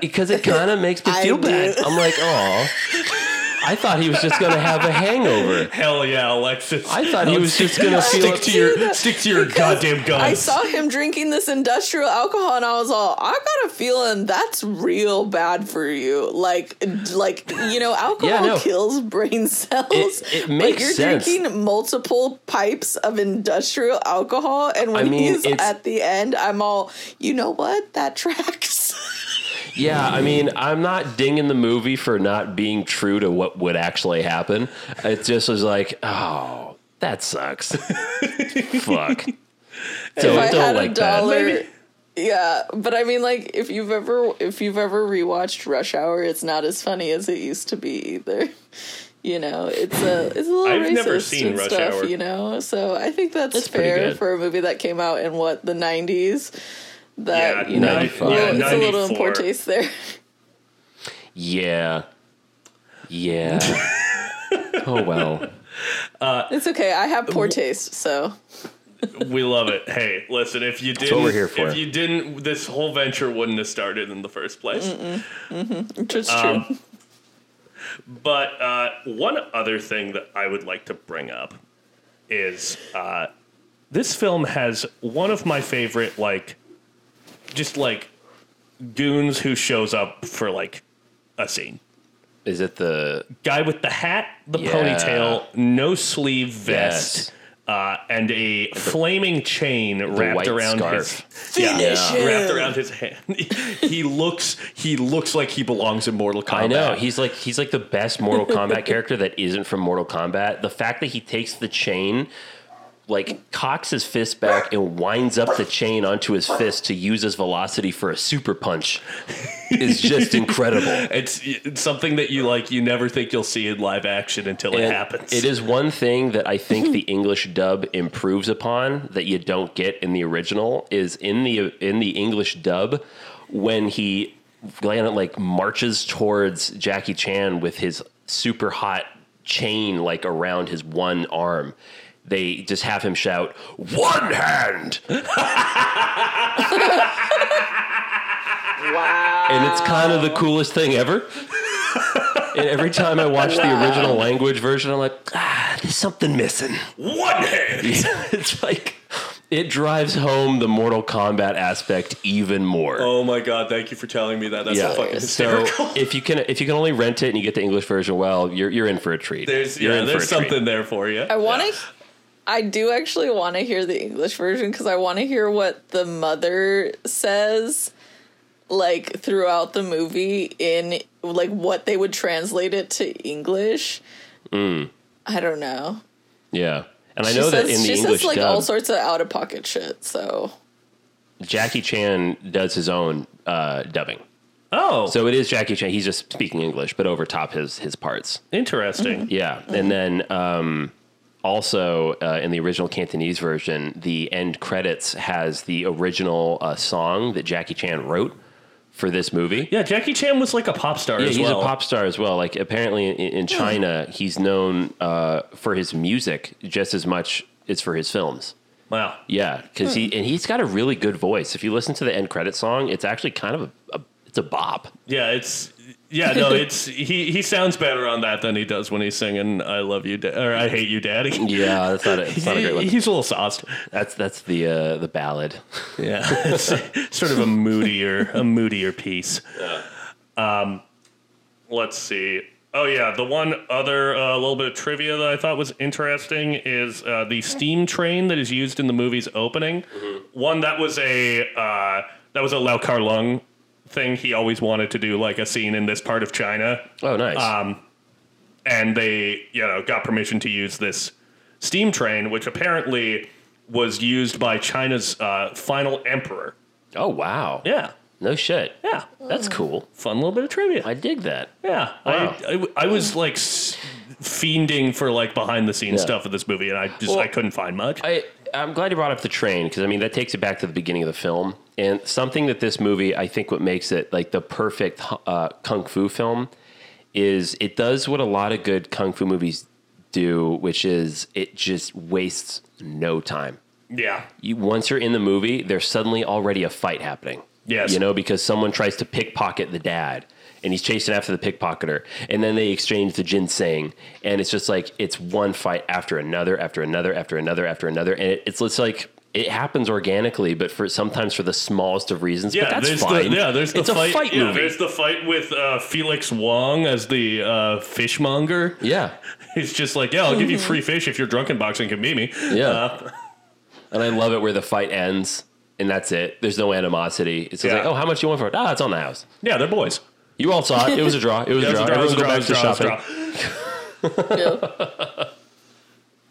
because it kind of makes me
(laughs) I
feel
do.
bad. I'm like, oh, I thought he was just going to have a hangover.
Hell yeah, Alexis.
I thought he was
(laughs)
just gonna feel-
stick to your
(laughs)
that
stick to your
because
goddamn guns.
I saw him drinking this industrial alcohol, and I was all, I got a feeling that's real bad for you. Like, like you know, alcohol
no.
kills brain cells.
It- it makes
like you're
sense.
drinking multiple pipes of industrial alcohol, and when
I mean,
he's
it's-
at the end, I'm all, you know what? That tracks. (laughs)
Yeah, I mean, I'm not dinging the movie for not being true to what would actually happen. It just was like, oh,
(laughs)
that sucks. Fuck.
if I
Don't,
had
don't like that.
a dollar. Yeah, but I mean, like, if you've ever if you've ever rewatched Rush Hour, it's not as funny as it used to be either. (laughs) You know, it's a it's a little
I've
racist
never seen
and
Rush
stuff.
Hour.
You know, so I think that's,
That's pretty
fair
good.
for a movie that came out in what the nineties. That
Yeah,
you know,
95.
well, it's a little in
94.
poor taste there. (laughs)
Yeah.
(laughs)
Yeah. oh, well.
It's okay. I have poor taste, so
We love it. Hey, listen, if you didn't
what we're here for.
if you didn't this whole venture wouldn't have started in the first place.
it's true.
um, But uh, one other thing that I would like to bring up is uh, this film has one of my favorite, like, just like goons who shows up for like a scene.
Is it the.
Guy with the hat, the
Yeah.
ponytail, no sleeve vest,
Yes.
uh, and a flaming chain wrapped
white
around
scarf.
his yeah,
Finish him.
wrapped around his hand. (laughs) he looks he looks like he belongs in Mortal Kombat.
I know he's like he's like the best Mortal Kombat (laughs) character that isn't from Mortal Kombat. The fact that he takes the chain, like cocks his fist back and winds up the chain onto his fist to use his velocity for a super punch, is just incredible.
It's, it's something that you like. You never think you'll see in live action until it
And
happens.
It is one thing that I think the English dub improves upon that you don't get in the original is in the in the English dub when he Glenn like marches towards Jackie Chan with his super hot chain like around his one arm. They just have him shout one hand, (laughs)
Wow.
and it's kind of the coolest thing ever. and every time I watch the original language version, I'm like, ah, there's something missing. (laughs)
one hand.
it's like it drives home the Mortal Kombat aspect even more.
Oh my god! Thank you for telling me that. That's
yeah.
fucking
So
hysterical.
(laughs) if you can if you can only rent it and you get the English version, well, you're you're in for a treat.
there's
you're
yeah,
in for
there's
a treat.
something there for you.
I want to. I do actually want to hear the English version because I want to hear what the mother says, like throughout the movie, in like what they would translate it to English. I don't know.
Yeah. And Mm. I
She
know that
says-
in the
she
English
says like
dub,
all sorts of out of pocket shit. So
Jackie Chan does his own uh, dubbing.
oh, so
So it is Jackie Chan. He's just speaking English, but over top his his parts.
interesting.
Yeah, and then um, also uh, in the original Cantonese version, the end credits has the original uh, song that Jackie Chan wrote for this movie.
Yeah, Jackie Chan was like a pop star
Yeah,
as
he's
well.
a pop star as well. Like apparently in, in China, he's known uh, for his music just as much as for his films.
wow.
Yeah, because he and he's got a really good voice. If you listen to the end credit song, it's actually kind of a, a it's a bop.
Yeah, it's yeah. No, it's he. He sounds better on that than he does when he's singing "I love you" da- or "I hate you, Daddy."
(laughs) Yeah, that's not a, that's not a (laughs) great
He-
one.
He's a little sauced.
That's that's the uh, the ballad.
Yeah, (laughs) it's sort of a moodier, a moodier piece. Um, let's see. Oh yeah, the one other uh, little bit of trivia that I thought was interesting is uh, the steam train that is used in the movie's opening.
Mm-hmm.
One that was a uh, that was a Lao Kar Lung thing. He always wanted to do like a scene in this part of China
Oh, nice.
and they you know got permission to use this steam train which apparently was used by china's uh, final emperor
oh wow.
yeah
No shit.
yeah
That's cool.
fun little bit of trivia
I dig that.
yeah
Wow.
I, I, I was like s- fiending for like behind the scenes
Yeah.
stuff of this movie and i just i couldn't find much
I I'm glad you brought up the train because I mean that takes it back to the beginning of the film and something that this movie I think what makes it like the perfect uh, kung fu film is it does what a lot of good kung fu movies do, which is it just wastes no time.
yeah
you, once you're in the movie, there's suddenly already a fight happening.
Yes.
You know, because someone tries to pickpocket the dad. and he's chasing after the pickpocketer, and then they exchange the ginseng, and it's just like it's one fight after another, after another, after another, after another, and it, it's it's like. It happens organically, but for sometimes for the smallest of reasons.
Yeah,
but that's
there's
fine.
The, yeah, there's the
it's
fight.
a fight
yeah,
movie.
There's the fight with uh, Felix Wong as the uh, fishmonger.
yeah,
(laughs)
Mm-hmm.
He's just like, yeah, I'll give you free fish if you're drunken boxing can beat me.
Yeah.
Uh,
And I love it where the fight ends and that's it. There's no animosity. It's just
Yeah.
like, oh, how much you want for it? Ah, it's on the house.
yeah, they're boys.
You all saw it. It was a draw.
(laughs)
It was a
That's
draw.
a draw,
Everyone go back
that's a
to
draw, that's a
shopping.
draw.
(laughs)
Yeah.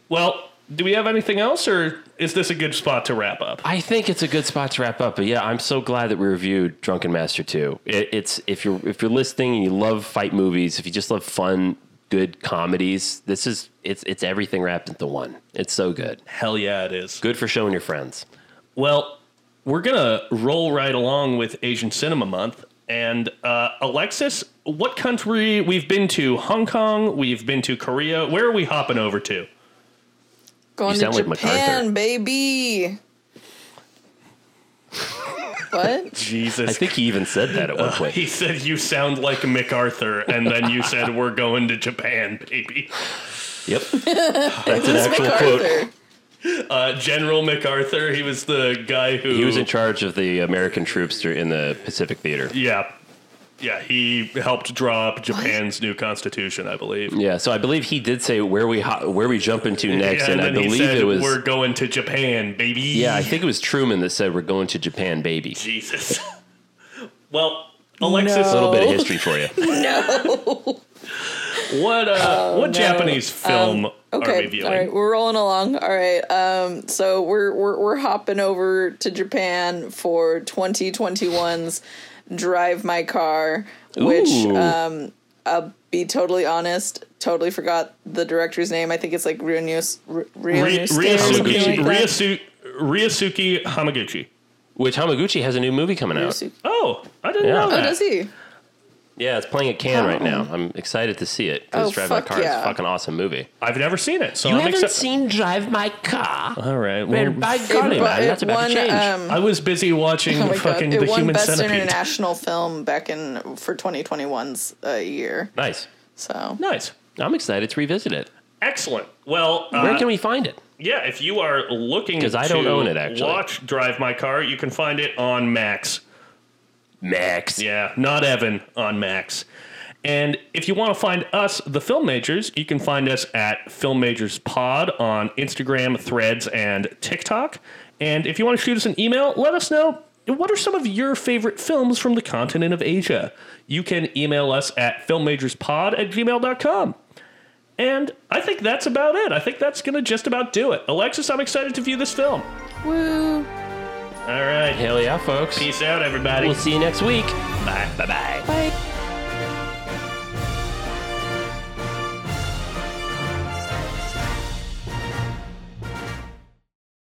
Well, do we have anything else, or is this a good spot to wrap up?
I think it's a good spot to wrap up. But yeah, I'm so glad that we reviewed Drunken Master 2. It, it's if you're if you're listening and you love fight movies, if you just love fun, good comedies, this is it's it's everything wrapped into one. It's so good.
Hell yeah, it is.
Good for showing your friends.
Well, we're gonna roll right along with Asian Cinema Month. And uh, Alexis, what country we've been to? Hong Kong. We've been to Korea. Where are we hopping over to?
You
Going to
sound like MacArthur. (laughs)
Japan, baby. what?
Jesus.
I think he even said that at one point.
Uh, he said you sound like MacArthur, and then you said we're going to Japan, baby. (laughs)
Yep. That's an
It's
actual quote.
MacArthur.
Uh, General MacArthur. He was the guy who
He was in charge of the American troops through- in the Pacific Theater.
Yeah. Yeah, he helped draw up Japan's new constitution, I believe.
Yeah, so I believe he did say where we ho- where we jump into next,
yeah,
and,
and,
I
then he
believe
said,
it was
"We're going to Japan, baby."
yeah, I think it was Truman that said we're going to Japan, baby.
Jesus. (laughs) well, Alexis,
A
No.
little bit of history for you.
what
Oh,
uh, what Japanese
Um,
film are we
Okay.
viewing?
All right, we're rolling along. All right. Um so we're we're we're hopping over to Japan for 2021's Drive My Car, (laughs) which
Ooh.
um I'll be totally honest, totally forgot the director's name. I think it's like Ryunus Ry-
Ri-
Ryunosuke or something
Ryasuke,
like that.
Ryasu- Ryasuke Hamaguchi.
Which Hamaguchi has a new movie coming out.
Ryunosuke.
Oh, I didn't
Yeah.
know
Oh,
Oh,
that.
does he?
Yeah, it's playing at Cannes right now. I'm excited to see it because
Oh,
Drive
fuck
My Car is
yeah.
a fucking awesome movie.
I've never seen it, so
You
I'm
haven't
excited.
seen Drive My Car?
All right,
Well,
well,
by golly,
It-
man,
it
that's about
won,
to change.
um,
I was busy watching
Oh my
fucking
God. It
The
won
Human
Best
Centipede.
International Film back in for 2021's uh, year.
nice.
So
Nice,
I'm excited to revisit it.
excellent. Well, uh,
Where can we find it?
Yeah, if you are looking
'Cause I
to
don't own it, actually.
watch Drive My Car, you can find it on Max.
Max.
Yeah, not Evan on Max. And if you want to find us, the Film Majors, you can find us at Film Majors Pod on Instagram, Threads, and TikTok. And if you want to shoot us an email, let us know what are some of your favorite films from the continent of Asia. You can email us at filmmajorspod at gmail.com. And I think that's about it. I think that's going to just about do it. Alexis, I'm excited to view this film.
woo.
All right.
Hell yeah, folks.
Peace out, everybody.
We'll see you next week.
Bye. Bye bye.
Bye.